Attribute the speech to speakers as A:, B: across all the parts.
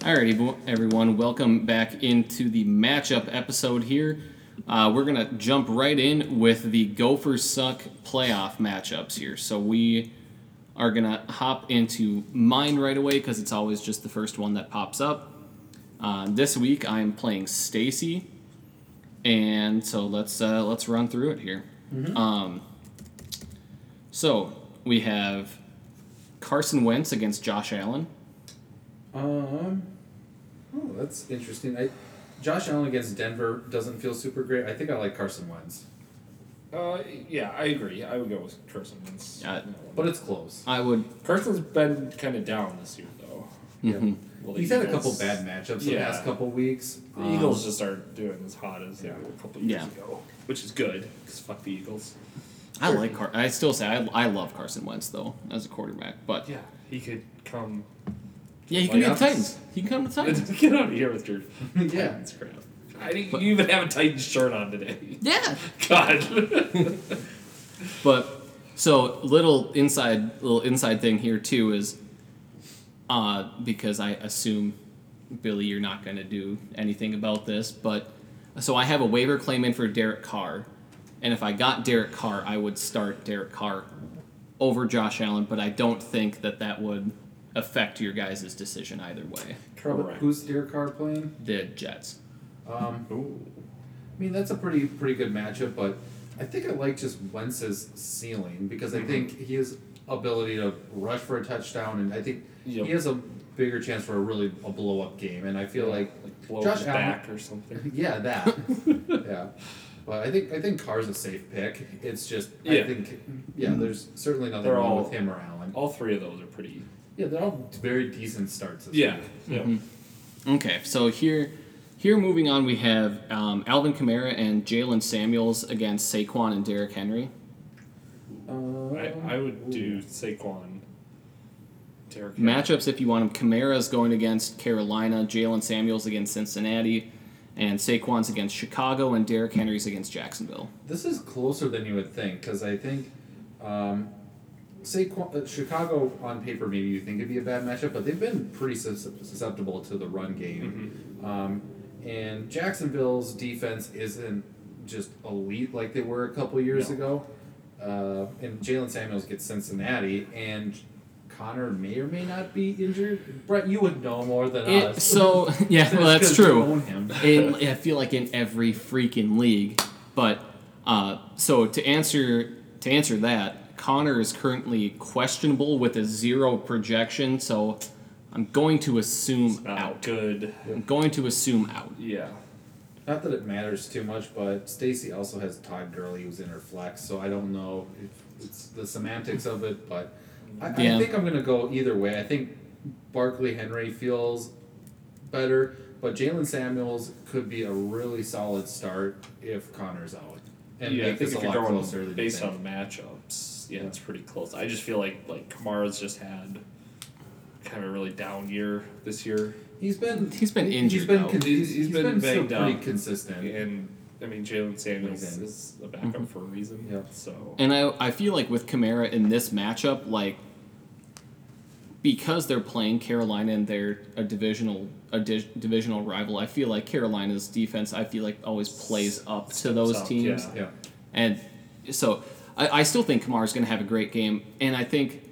A: Alrighty, vo- everyone, welcome back into the matchup episode here. Uh, we're gonna jump right in with the Gophers suck playoff matchups here. So we are gonna hop into mine right away because it's always just the first one that pops up. Uh, this week I am playing Stacy, and so let's uh, let's run through it here. Um, so we have Carson Wentz against Josh Allen.
B: Um, oh, that's interesting. I, Josh Allen against Denver doesn't feel super great. I think I like Carson Wentz,
C: Uh, yeah, I agree. I would go with Carson Wentz.
A: Yeah.
C: in that one.
B: but it's close.
A: I would
C: Carson's been kind of down this year, though.
A: Mhm.
C: Well, the
B: He's had a couple
C: Eagles-
B: bad matchups the
C: Yeah.
B: past couple weeks.
C: The Eagles just aren't doing as hot as
B: Yeah.
C: they were a couple years
A: Yeah.
C: ago, which is good because fuck the Eagles.
A: I like Car. I still say I, I love Carson Wentz though as a quarterback, but yeah,
C: Yeah, he could come.
A: he can be the
C: Playoffs.
A: Titans. He can come to the Titans.
C: Get out of here with your
B: Um, yeah,
C: Titans crap. I didn't
A: But-
C: you even have a Titans shirt on today.
A: yeah,
C: God.
A: but so little inside little inside thing here too is, uh, because I assume Billy, you're not going to do anything about this, but so I have a waiver claim in for Derek Carr, and if I got Derek Carr, I would start Derek Carr over Josh Allen, but I don't think that that would affect your guys' decision either way.
C: Correct.
B: Who's Derek Carr playing?
A: The Jets.
B: Um,
C: Ooh.
B: I mean, that's a pretty pretty good matchup, but I think I like just Wentz's ceiling because
C: Mm-hmm.
B: I think he has ability to rush for a touchdown, and I think
C: Yep.
B: he has a bigger chance for a really a blow up game. And I feel like,
C: like blow
B: Josh
C: his
B: Allen-
C: back or something.
B: yeah, that, yeah. But I think I think Carr's a safe pick. It's just I
C: Yeah.
B: think yeah, there's certainly nothing
C: They're
B: wrong
C: all-
B: with him or Allen.
C: All three of those are pretty.
B: Yeah, they're all very decent starts. this
C: Yeah.
B: year.
C: Yeah.
A: Okay, so here, here moving on, we have um, Alvin Kamara and Jalen Samuels against Saquon and Derrick Henry.
B: Um,
C: I, I would do Saquon. Derek Henry.
A: Matchups, if you want them, Kamara's going against Carolina, Jalen Samuels against Cincinnati, and Saquon's against Chicago, and Derrick Henry's against Jacksonville.
B: This is closer than you would think because I think, um, say uh, Chicago on paper, maybe you think it'd be a bad matchup, but they've been pretty sus- susceptible to the run game, um, and Jacksonville's defense isn't just elite like they were a couple years
C: No.
B: ago. Uh, and Jalen Samuels gets Cincinnati, and Connor may or may not be injured. Brett, you would know more than
A: It-
B: us.
A: so yeah, well that's
B: Uh, 'Cause you
A: true.
B: own him.
A: in, I feel like in every freaking league. But uh, so to answer to answer that, Connor is currently questionable with a zero projection. So I'm going to assume
C: Not
A: out.
C: good.
A: I'm going to assume out.
C: Yeah.
B: Not that it matters too much, but Stacy also has Todd Gurley who's in her flex, so I don't know if it's the semantics of it, but I,
A: Yeah.
B: I think I'm gonna go either way. I think Barkley Henry feels better, but Jalen Samuels could be a really solid start if Connor's out. And
C: yeah,
B: make this a
C: if you're
B: lot
C: going
B: closer than you
C: based
B: think.
C: on matchups, yeah, it's pretty close. I just feel like like Kamara's just had kind of a really down year this year,
B: He's been
A: He's been
B: He's
A: injured,
B: been
A: though.
B: con-
C: He's- he's
B: been,
C: been
B: still
C: banged
B: pretty
C: up.
B: consistent.
C: and I mean Jalen Samuels
B: Reason.
C: is a backup for a reason.
B: Yeah.
C: So
A: And I, I feel like with Kamara in this matchup, like because they're playing Carolina and they're a divisional a di- divisional rival, I feel like Carolina's defense I feel like always plays up to
C: Steps
A: those
C: up,
A: teams.
C: yeah.
B: Yeah.
A: And so I, I still think Kamara's going to have a great game. And I think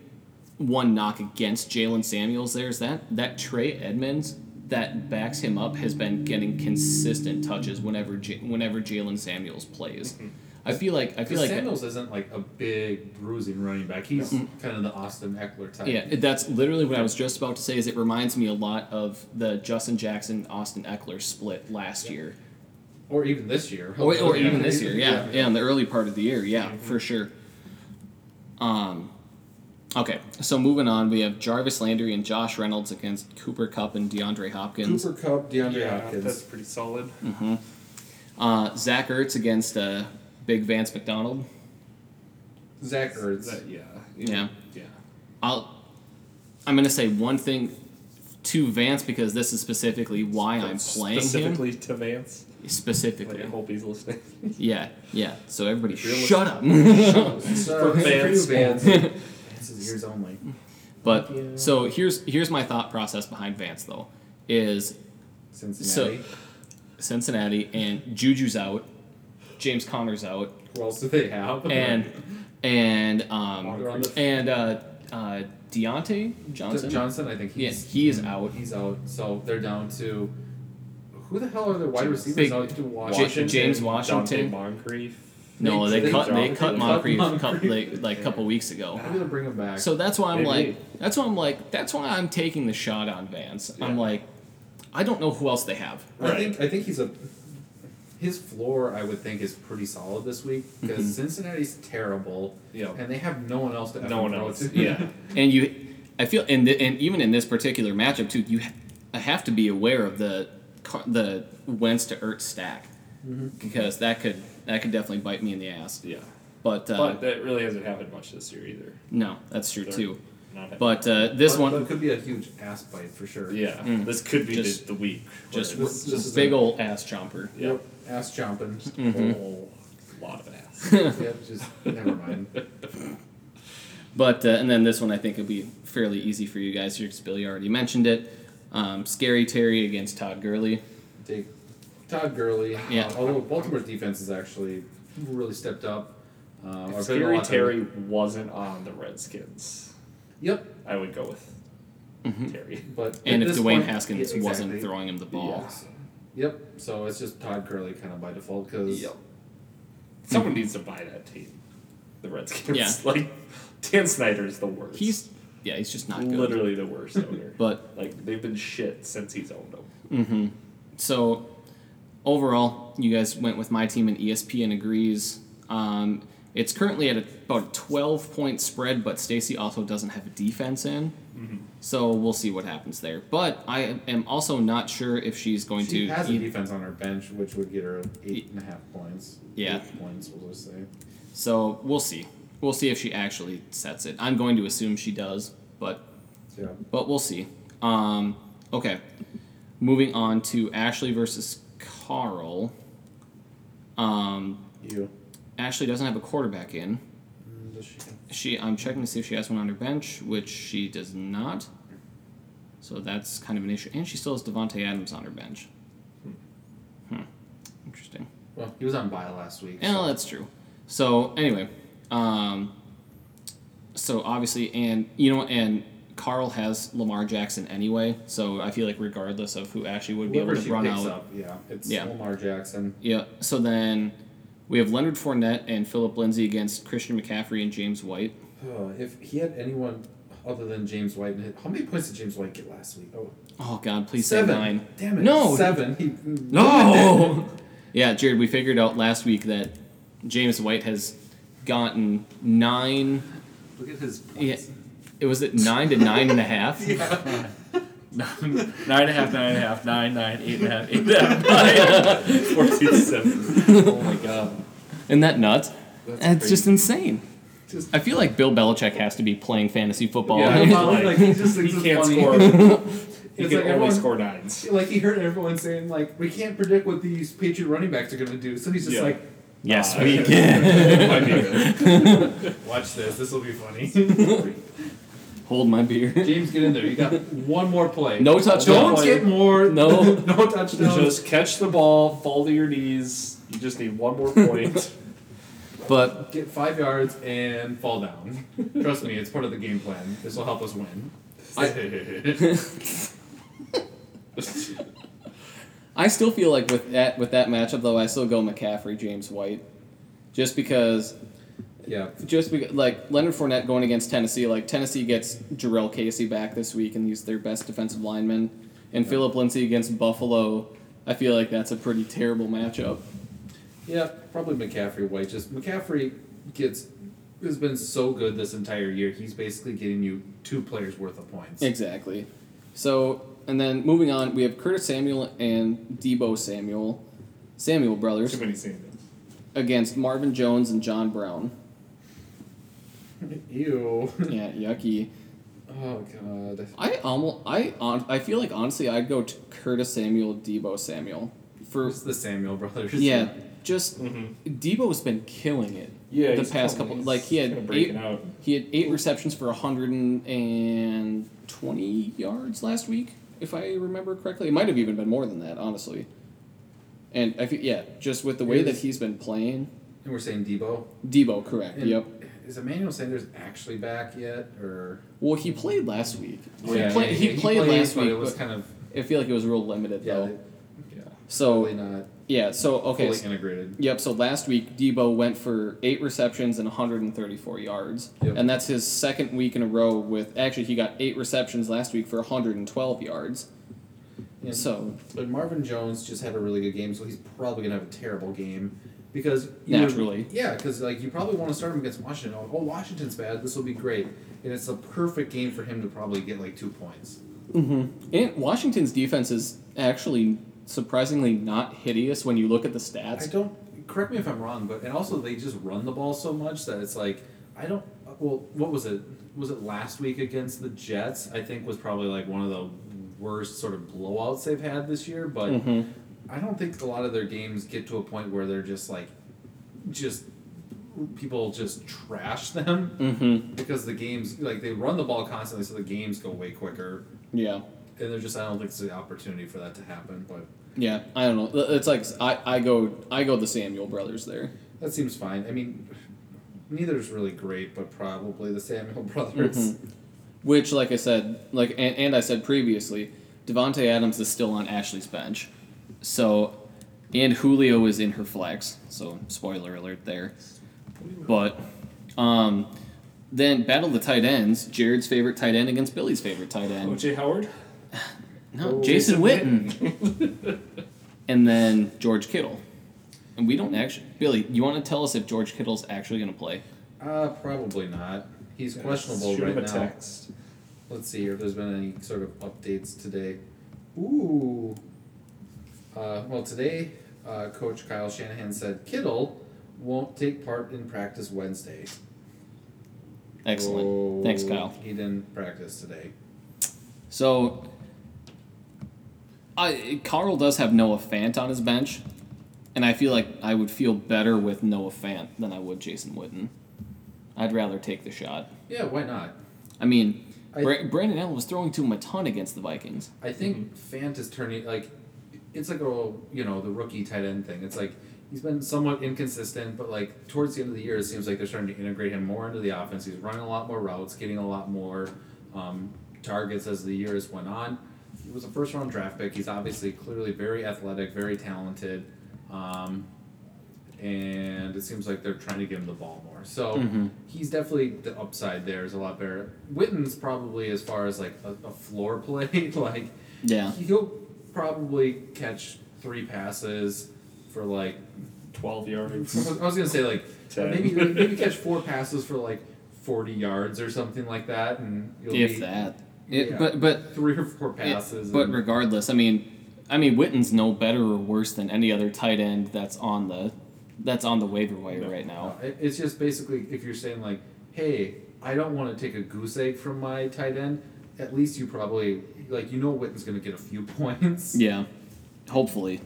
A: one knock against Jalen Samuels there is that that Trey Edmonds that backs him up has been getting consistent touches whenever J, whenever Jalen Samuels plays. I feel like I feel
B: Because
A: like
B: Samuels isn't like a big bruising running back. He's kind of the Austin Eckler type.
A: yeah, that's literally what I was just about to say. Is it reminds me a lot of the Justin Jackson Austin Eckler split last year.
B: Or even this year.
A: or, or
B: Yeah.
A: even this year, yeah, yeah, in the early part of the year, yeah, for sure. Um, okay, so moving on, we have Jarvis Landry and Josh Reynolds against Cooper Cup and DeAndre Hopkins.
B: Cooper Cup, DeAndre
C: yeah, that's
B: Hopkins.
C: pretty solid.
A: Uh, Zach Ertz against uh, Big Vance McDonald.
B: Zach Ertz.
C: That- yeah.
A: Yeah.
C: Yeah.
A: I'll, I'm gonna say one thing to Vance because this is specifically why I'm playing him
C: specifically to Vance. Like,
A: specifically.
C: I hope he's listening.
A: Yeah, yeah. So everybody,
C: If you're
A: shut up.
B: So,
C: For
B: it's
C: fans.
B: for you, Vance. Vance's ears only.
A: But
B: Thank you.
A: so here's here's my thought process behind Vance though. is
B: Cincinnati.
A: Cincinnati and Juju's out, James Conner's out,
B: Who else do they have?
A: and and um
B: They're on the-
A: and uh, uh, Deontay
B: Johnson.
A: Johnson.
B: Johnson, I think
A: Yeah,
B: he's
A: he is out.
B: he's out. So they're down to who the hell are their wide receivers
A: Big-
B: out to Washington?
A: J- James Washington.
C: Dante Moncrief.
A: No, they,
B: They
A: cut they
B: dropped-
A: cut
B: they cut
A: Moncrief a couple,
B: Moncrief.
A: like a couple weeks ago.
B: I'm gonna bring him back.
A: So that's why I'm
C: Maybe.
A: like that's why I'm like that's why I'm taking the shot on Vance. I'm
B: Yeah.
A: like I don't know who else they have.
B: I think I think he's a his floor I would think is pretty solid this week
A: Mm-hmm.
B: because Cincinnati's terrible.
C: Yeah.
B: And they have no one else to
C: No
B: effing
C: one
B: throw
C: else.
B: to.
C: Yeah.
A: And you I feel and the, and even in this particular matchup too, you ha- have to be aware of the car- the Wentz to Ertz stack
B: Mm-hmm.
A: because that could that could definitely bite me in the ass.
C: Yeah.
A: But, uh,
C: But that really hasn't happened much this year either.
A: no, that's true
C: They're
A: too.
C: Not
A: But uh, this
B: But- but
A: one
B: it could be a huge ass bite for sure.
C: yeah,
A: Mm.
C: this could be
A: Just-
C: the, the week. where
A: just
C: it's-
B: this- this is
A: big
B: a-
A: old ass chomper.
C: yeah,
B: Yep. Ass chomping.
A: mm-hmm.
C: a whole lot of ass.
B: yep. Just never mind.
A: But uh, and then this one I think will be fairly easy for you guys here because Billy already mentioned it. Um, Scary Terry against Todd Gurley.
B: Take Todd Gurley.
A: Yeah.
B: Uh, although Baltimore's defense has actually really stepped up. Uh, I've been a
C: Scary
B: lot of-
C: Terry wasn't on the Redskins.
B: Yep.
C: I would go with
A: Mm-hmm.
C: Terry.
B: But
A: And
B: at
A: if
B: this
A: Dwayne
B: point-
A: Haskins
B: Yeah,
A: wasn't
B: exactly.
A: throwing him the ball,
B: Yes. Yep. So it's just Todd Gurley kind of by default because
C: Someone needs to buy that team. The Redskins.
A: Yeah.
C: Like Dan Snyder's the worst.
A: he's yeah, he's just not good.
C: literally the worst owner.
A: But
C: like they've been shit since he's owned them.
A: so overall, you guys went with my team and E ESPN agrees. Um, it's currently at about a 12 point spread, but Stacy also doesn't have a defense in.
B: Mm-hmm.
A: So we'll see what happens there. But I am also not sure if she's going
B: she
A: to.
B: has a
A: eith-
B: defense on her bench, which would get her eight and a half points.
A: Yeah.
B: Eight points, we'll just say.
A: So we'll see. We'll see if she actually sets it. I'm going to assume she does, but
B: Yeah.
A: but we'll see. Um, okay, moving on to Ashley versus Carl. Um,
B: You.
A: Ashley doesn't have a quarterback in.
B: Mm, does she-
A: She I'm checking to see if she has one on her bench, which she does not. So that's kind of an issue, and she still has Devonte Adams on her bench. Hmm. Interesting.
B: Well, he was on bye last week.
A: Yeah,
B: so-
A: that's true. So anyway, um, so obviously, and you know, and Carl has Lamar Jackson anyway. So I feel like regardless of who Ashley would be
B: Whoever
A: able
B: she
A: to run
B: picks
A: out,
B: up, yeah. It's
A: Yeah.
B: Lamar Jackson.
A: yeah. So then we have Leonard Fournette and Philip Lindsay against Christian McCaffrey and James White.
B: Oh, if he had anyone other than James White, in it- how many points did James White get last week? Oh,
A: Oh God, please say
B: seven.
A: nine.
B: Damn it.
A: No.
B: Seven. He,
A: No. yeah, Jared, we figured out last week that James White has gotten nine.
B: Look at his
A: Yeah,
B: points.
A: it was it nine to nine and a half.
C: nine and a half, nine and a half, nine, nine, eight and a half, eight and a half, nine, fourteen, seven.
B: oh my god.
A: Isn't that nuts?
B: That's
A: That's, just insane.
B: Just-
A: I feel like Bill Belichick has to be playing fantasy football.
B: Yeah,
C: he's
B: probably, like, he just thinks
C: he
B: it's
C: can't
B: funny.
C: score. He
B: It's
C: can
B: like
C: only
B: everyone-
C: score nines.
B: Like he heard everyone saying, like, we can't predict what these Patriot running backs are gonna do. So he's just
C: Yeah.
B: like,
A: yes,
C: Uh,
A: we
C: it
A: can.
C: might be good.
B: watch this, this will be funny.
A: Hold my beer.
B: James, get in there. You got one more play.
A: No touchdown.
B: Don't get more.
A: No.
B: no touchdowns.
C: Just catch the ball, fall to your knees. You just need one more point.
A: But
B: get five yards and fall down. Trust me, it's part of the game plan. This will help us win.
A: I still feel like with that with that matchup though, I still go McCaffrey, James White, just because
B: yeah.
A: just because, like Leonard Fournette going against Tennessee, like Tennessee gets Jarrell Casey back this week, and he's their best defensive lineman. And Philip Lindsay against Buffalo, I feel like that's a pretty terrible matchup.
B: Yeah, probably McCaffrey White. Just McCaffrey gets has been so good this entire year. He's basically getting you two players worth of points.
A: Exactly. So, and then moving on, we have Curtis Samuel and Debo Samuel, Samuel
C: Too
A: brothers,
C: many Samuels.
A: against Marvin Jones and John Brown.
B: Ew.
A: Yeah, yucky.
B: Oh god.
A: I almost, I, on, I feel like honestly, I'd go to Curtis Samuel, Debo Samuel for
B: It's the Samuel brothers.
A: yeah. Just
C: Mhm.
A: Debo's been killing it.
C: Yeah,
A: the
C: he's
A: past
C: killing
A: couple,
C: it.
A: like he
C: He's
A: had
C: kinda
A: eight,
C: breaking out.
A: he had eight receptions for hundred and twenty yards last week. if I remember correctly. It might have even been more than that, honestly. And I feel, yeah, just with the way that
B: Is-
A: he's been playing,
B: And we're saying Debo.
A: Debo, correct?
B: And
A: Yep.
B: Is Emmanuel Sanders actually back yet, or
A: Well, he played last week.
B: Yeah,
A: he, play,
B: yeah,
A: he,
B: yeah,
A: played last
B: but
A: week.
B: It was
A: but
B: kind of
A: I feel like it was real limited
B: yeah,
A: though.
B: yeah,
A: So
B: probably not
A: yeah, so okay,
B: fully
A: so-
B: integrated.
A: Yep. So last week, Debo went for eight receptions and 134 yards,
B: Yep.
A: and that's his second week in a row with. Actually, he got eight receptions last week for 112 yards.
B: And-
A: So
B: But Marvin Jones just had a really good game, so he's probably gonna have a terrible game because you-
A: Naturally.
B: yeah, because like you probably want to start him against Washington. Oh, oh, Washington's bad. This will be great, and it's a perfect game for him to probably get like two points.
A: and Washington's defense is actually surprisingly not hideous when you look at the
B: I
A: stats.
B: don't correct me if I'm wrong, but and also they just run the ball so much that it's like I don't. Well, what was it? Was it last week against the Jets? I think was probably like one of the worst sort of blowouts they've had this year. But
A: Mhm.
B: I don't think a lot of their games get to a point where they're just like, just people just trash them
A: Mm-hmm.
B: because the games like they run the ball constantly, so the games go way quicker.
A: Yeah.
B: And they're just I don't think it's the opportunity for that to happen. But
A: Yeah. I don't know. It's like I, I go I go the Samuel brothers there.
B: That seems fine. I mean, neither's really great, but probably the Samuel brothers.
A: Which, like I said, like and, and I said previously, Devonte Adams is still on Ashley's bench, so and Julio is in her flex. So spoiler alert there, but um, then battle of the tight ends. Jared's favorite tight end against Billy's favorite tight end.
C: OJ Howard.
A: No,
B: Oh,
A: Jason Witten, and then George Kittle. And we don't actually, Billy. You want to tell us if George Kittle's actually going to play?
B: Uh, probably not. He's
C: Yeah,
B: questionable
C: shoot
B: right
C: him a
B: now.
C: text.
B: Let's see here if there's been any sort of updates today. Ooh. Uh, well, today, uh, Coach Kyle Shanahan said Kittle won't take part in practice Wednesday.
A: Excellent.
B: Whoa,
A: Thanks, Kyle.
B: He didn't practice today.
A: So, I Carl does have Noah Fant on his bench, and I feel like I would feel better with Noah Fant than I would Jason Witten. I'd rather take the shot.
B: Yeah, why not?
A: I mean,
B: I-
A: Bra- Brandon Allen was throwing to him a ton against the Vikings.
B: I think Fant is turning like it's like a you know the rookie tight end thing. It's like he's been somewhat inconsistent, but like towards the end of the year, it seems like they're starting to integrate him more into the offense. He's running a lot more routes, getting a lot more um, targets as the years went on. He was a first round draft pick. He's obviously clearly very athletic, very talented, um, and it seems like they're trying to give him the ball more. So
A: Mm-hmm.
B: he's definitely the upside there is a lot better. Witten's probably as far as like a, a floor play, like
A: Yeah.
B: he'll probably catch three passes for like
C: Twelve
B: I
C: yards.
B: was gonna say like
C: Ten.
B: maybe maybe catch four passes for like forty yards or something like that, and you'll
A: If
B: be
A: that. It,
B: yeah.
A: But but
B: three or four
A: it-
B: passes.
A: but
B: and-
A: regardless, I mean, I mean Witten's no better or worse than any other tight end that's on the that's on the waiver wire right
B: No,
A: now.
B: it- it's just basically if you're saying like, hey, I don't want to take a goose egg from my tight end. At least you probably like you know Witten's gonna get a few points.
A: Yeah, hopefully.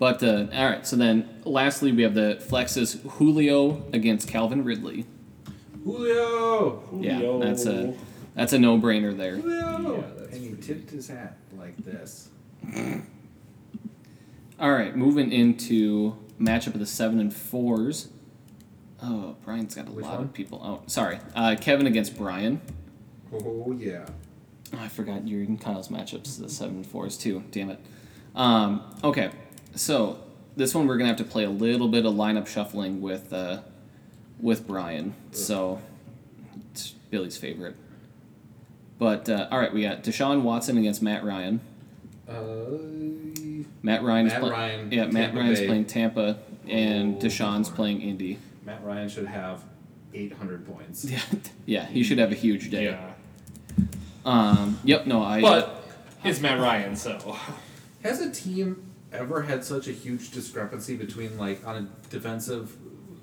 A: But uh, all right, so then lastly we have the flexes Julio against Calvin Ridley.
B: Julio.
C: Julio.
A: Yeah, that's a that's a no brainer there.
B: Julio.
C: Yeah, that's
B: and he
C: pretty-
B: tipped his hat like this.
A: All right, moving into matchup of the seven and fours. Oh, Brian's got a
B: Which
A: lot
B: one?
A: of people out. Sorry, uh, Kevin against Brian.
B: Oh yeah.
A: Oh, I forgot you're in Kyle's matchups, the seven and fours too. Damn it. Um, okay, so this one we're gonna have to play a little bit of lineup shuffling with uh, with Brian. So it's Billy's favorite. But uh, all right, we got Deshaun Watson against Matt Ryan.
B: Uh,
A: Matt Ryan is
B: Matt
A: playing.
B: Ryan,
A: Yeah, Matt
B: Tampa
A: Ryan's
B: Bay.
A: playing Tampa, and
B: Oh,
A: Deshaun's
B: Lord.
A: playing Indy.
B: Matt Ryan should have 800 points.
A: Yeah, yeah, he should have a huge day.
C: Yeah.
A: Um, yep. No, I.
C: But it's Matt Ryan, so
B: Has a team ever had such a huge discrepancy between, like, on a defensive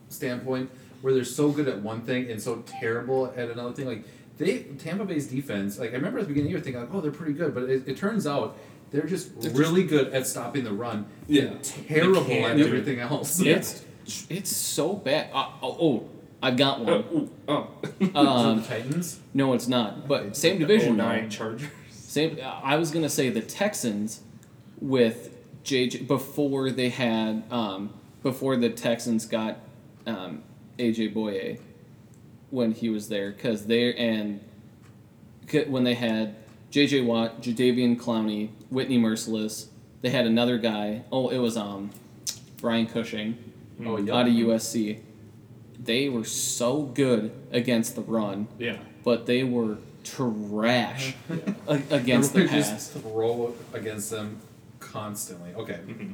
B: standpoint, where they're so good at one thing and so terrible at another thing? Like, they Tampa Bay's defense, like, I remember at the beginning of the year thinking, like, oh, they're pretty good, but it, it turns out they're just really good at stopping the run
C: Yeah.
B: and terrible
C: They
B: at
C: can't do it.
B: everything else.
A: it's it's so bad. Uh, oh, oh, I've got
B: Uh,
A: one.
C: oh,
B: So
A: Um,
B: the Titans?
A: No, it's not. But same division. though.
C: nine Chargers.
A: Same. I was gonna say the Texans with JJ before they had um, before the Texans got um, AJ Boye when he was there because they and c- when they had JJ Watt, Jadavian Clowney, Whitney Merciless, they had another guy. Oh, it was um Brian Cushing
B: Oh, yeah.
A: out of USC. They were so good against the run,
C: Yeah.
A: but they were trash a- against
B: Uh-huh. They
A: the
B: would
A: pass.
B: Just roll against them constantly. Okay.
C: Mm-hmm.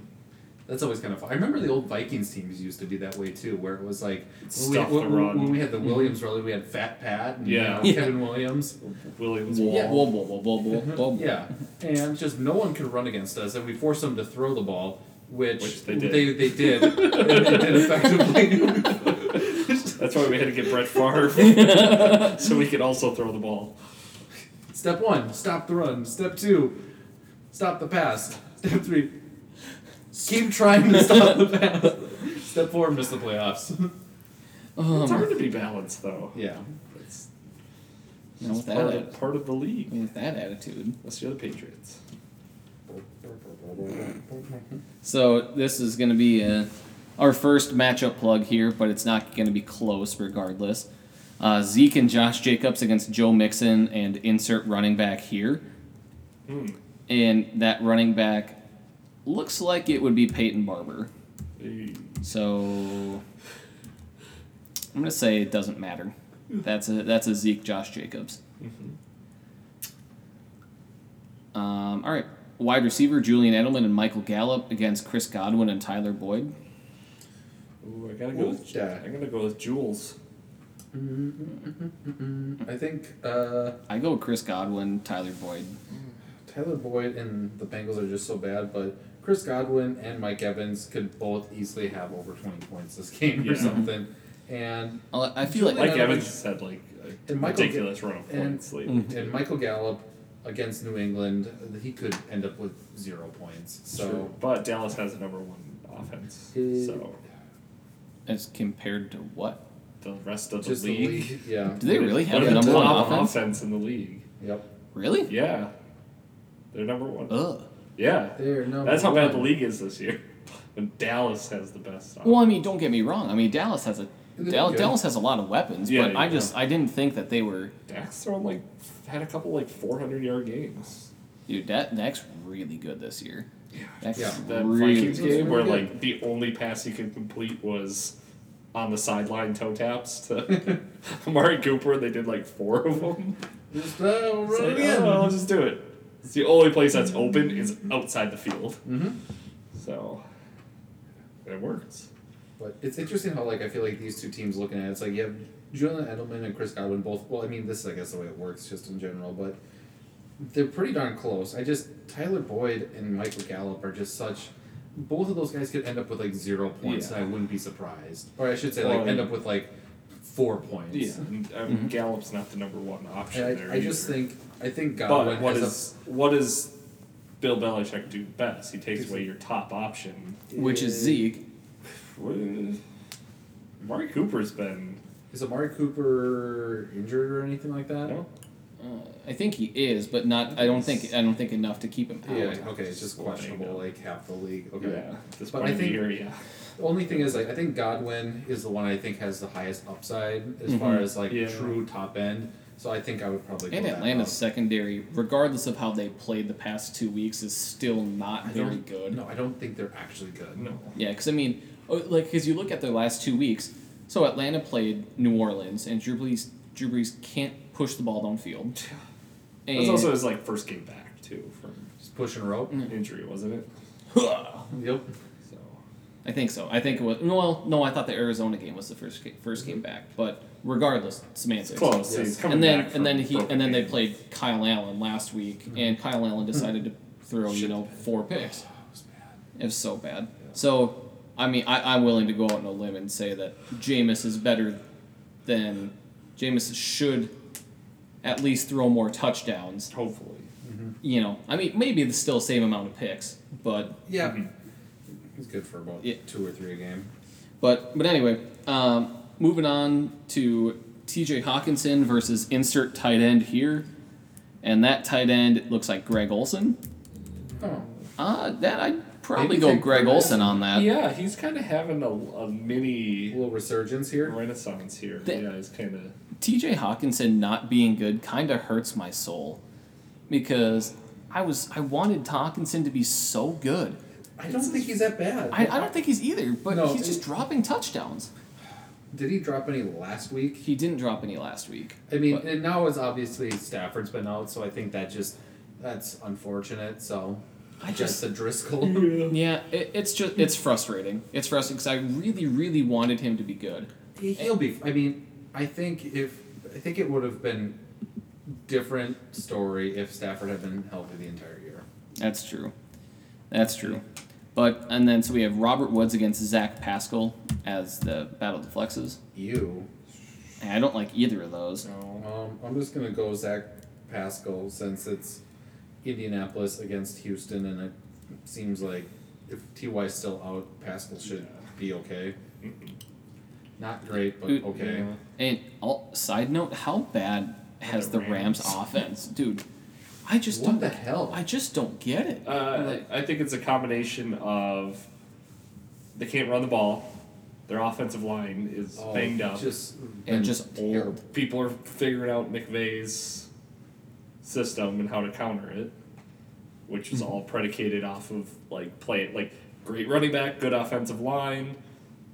B: That's always kind of fun. I remember the old Vikings teams used to be that way too, where it was like when we,
C: Stuff the
B: when-
C: run. Mm-hmm.
B: when we had the Williams rally, we had Fat Pat and you
C: Yeah.
B: know,
A: Yeah.
B: Kevin Williams.
C: Williams.
A: Whoa,
B: Yeah. Mm-hmm.
A: whoa, whoa, whoa, whoa, whoa, whoa.
B: Yeah, and just no one could run against us, and we forced them to throw the ball, which,
C: Which they did.
B: They, they did. and they did effectively.
C: That's why we had to get Brett Favre so we could also throw the ball.
B: Step one: stop the run. Step two: stop the pass. Step three: keep trying to stop the pass. Step four: miss the playoffs.
C: It's
A: Um,
C: hard to be balanced though.
B: yeah.
C: It's,
A: now with
C: it's
A: that,
C: part,
A: at-
C: of, part of the league.
A: with that attitude.
C: Unless you're the Patriots.
A: So this is going to be uh our first matchup plug here, but it's not going to be close regardless. Uh, Zeke and Josh Jacobs against Joe Mixon and insert running back here.
B: Hmm.
A: And that running back looks like it would be Peyton Barber. So I'm going to say it doesn't matter.
C: Mm.
A: That's a that's a Zeke Josh Jacobs.
C: Mm-hmm.
A: Um, all right. Wide receiver Julian Edelman and Michael Gallup against Chris Godwin and Tyler Boyd.
C: Ooh, I gotta go with
B: Yeah.
C: I'm gonna go with Jules.
B: I think uh,
A: I go Chris Godwin, Tyler Boyd.
B: Tyler Boyd and the Bengals are just so bad, but Chris Godwin and Mike Evans could both easily have over 20 points this game or
C: Yeah.
B: something. And
A: I'll- Oh, I feel like
C: Mike
B: Another
C: Evans
B: one.
C: just had like a
B: And Michael
C: ridiculous run of
B: and-
C: points lately.
A: Mm-hmm.
B: and Michael Gallup against New England, he could end up with zero points. So
C: True. but Dallas has a number one offense,
B: Uh,
C: so
A: as compared to what?
C: the rest of the
B: just
C: league.
B: the league, yeah,
A: Do they really have
C: They're
A: the number one
C: top
A: offense?
C: in the league?
B: yep.
A: Really?
C: Yeah, they're number one.
A: Ugh.
C: yeah,
B: They're number
C: that's how bad the
B: one.
C: league is this year. And Dallas has the best. Offense.
A: Well, I mean, don't get me wrong. I mean, Dallas has a
B: They're
A: Dal-
B: good.
A: Dallas has a lot of weapons,
C: Yeah,
A: but I
C: yeah.
A: just I didn't think that they were.
C: Dak's thrown like had a couple like four hundred yard games.
A: Dude, that Dak's really good this year.
C: Yeah,
A: Dak's
B: Yeah.
C: that
A: really
C: Vikings
B: That's
C: game
B: really
C: where
B: good.
C: like the only pass he could complete was on the sideline toe taps to Amari Cooper. and They did like four of them.
B: Just uh,
C: It's
B: run
C: like,
B: it again.
C: "Oh, I'll just do it. It's the only place that's open is outside the field. Mm-hmm. So it works.
B: But it's interesting how like I feel like these two teams looking at it, it's like you have Julian Edelman and Chris Godwin both. Well, I mean this is I guess the way it works just in general, but they're pretty darn close. I just Tyler Boyd and Michael Gallup are just such. Both of those guys could end up with like zero points,
C: Yeah.
B: and I wouldn't be surprised. Or I should say like
C: Well,
B: end up with like four points.
C: and, um, Gallup's not the number one option
B: And
C: there.
B: I, I just
C: either.
B: think I think Godwin
C: But what
B: has a-
C: is what does Bill Belichick do best? He takes away your top option.
A: Which is Zeke.
C: What is- Amari Cooper's been
B: is Amari Cooper injured or anything like that?
C: no.
A: Uh, I think he is, but not. I don't think. I don't think enough to keep him out.
B: Yeah. Okay, it's just
C: Well, there you
B: questionable.
C: go.
B: Like half the league. Okay.
C: Yeah, at this
B: But
C: point
B: I
C: of the
B: think-
C: year, yeah.
B: The only thing is, like, I think Godwin is the one I think has the highest upside as
A: Mm-hmm.
B: far as like
C: Yeah.
B: true top end. So I think I would probably go
A: And
B: that
A: Atlanta's
B: route.
A: secondary, regardless of how they played the past two weeks, is still not
B: I
A: very
B: don't-
A: good.
B: No, I don't think they're actually good.
C: No.
A: Yeah, because I mean, oh, like, because you look at their last two weeks. So Atlanta played New Orleans, and Drew Brees, Drew Brees can't push the ball downfield. And
C: That's also his like first game back too from
B: Just pushing rope.
C: injury, wasn't it?
A: Mm-hmm.
B: Yep.
C: So
A: I think so. I think it was. no, Well, no, I thought the Arizona game was the first game, first game back, but regardless, semantics.
C: close.
B: Yes.
C: He's coming
A: And then
C: back from
A: and then he
C: broken
A: and then they
C: hand.
A: played Kyle Allen last week, and Kyle Allen decided to throw you know four picks. It was so bad. So, I mean, I, I'm willing to go out on a limb and say that Jameis is better than Jameis should at least throw more touchdowns.
C: Hopefully.
A: You know, I mean, maybe the still same amount of picks, but
B: Yeah. He's good for about
A: Mm-hmm. Yeah.
B: two or three a game.
A: but but anyway, um, moving on to T.J. Hawkinson versus insert tight end here, And that tight end looks like Greg Olson.
B: Oh.
A: Uh, that I'd probably
C: Maybe
A: go
C: take
A: Greg
C: Greg
A: Olson on that.
C: Yeah, he's kind of having a, a
B: A
C: mini
B: little resurgence here.
C: renaissance here.
A: The-
C: yeah, he's kind of.
A: TJ Hawkinson not being good kind of hurts my soul because I was I wanted Hawkinson to be so good.
B: I don't think he's that bad.
A: I, I don't think he's either, but
B: No,
A: he's just
B: it-
A: dropping touchdowns.
B: Did he drop any last week?
A: He didn't drop any last week.
B: I mean,
A: But-
B: and now it's obviously Stafford's been out, so I think that just that's unfortunate. So
A: I just-
B: the Driscoll.
A: Yeah, it, it's just it's frustrating. It's frustrating because I really, really wanted him to be good.
B: He- He'll be. I mean, I think if I think it would have been different story if Stafford had been healthy the entire year.
A: That's true. That's true. But and then so we have Robert Woods against Zach Pascal as the battle of the flexes.
B: You.
A: And I don't like either of those.
C: No.
B: Um, I'm just gonna go Zach Pascal since it's Indianapolis against Houston, and it seems like if Ty's still out, Pascal should be okay. Not great, but
A: Who-
B: okay.
C: Yeah.
A: And all, side note, how bad has the
C: The
A: Rams.
C: Rams.
A: offense, dude? I just
B: What
A: don't.
B: the hell?
A: I just don't get it.
C: Uh,
A: Like,
C: I think it's a combination of they can't run the ball, their offensive line is
B: Oh,
C: banged up,
B: Just
A: and just
B: terrible.
A: old.
C: people are figuring out McVay's system and how to counter it, which
B: Mm-hmm.
C: is all predicated off of like play like great running back, good offensive line,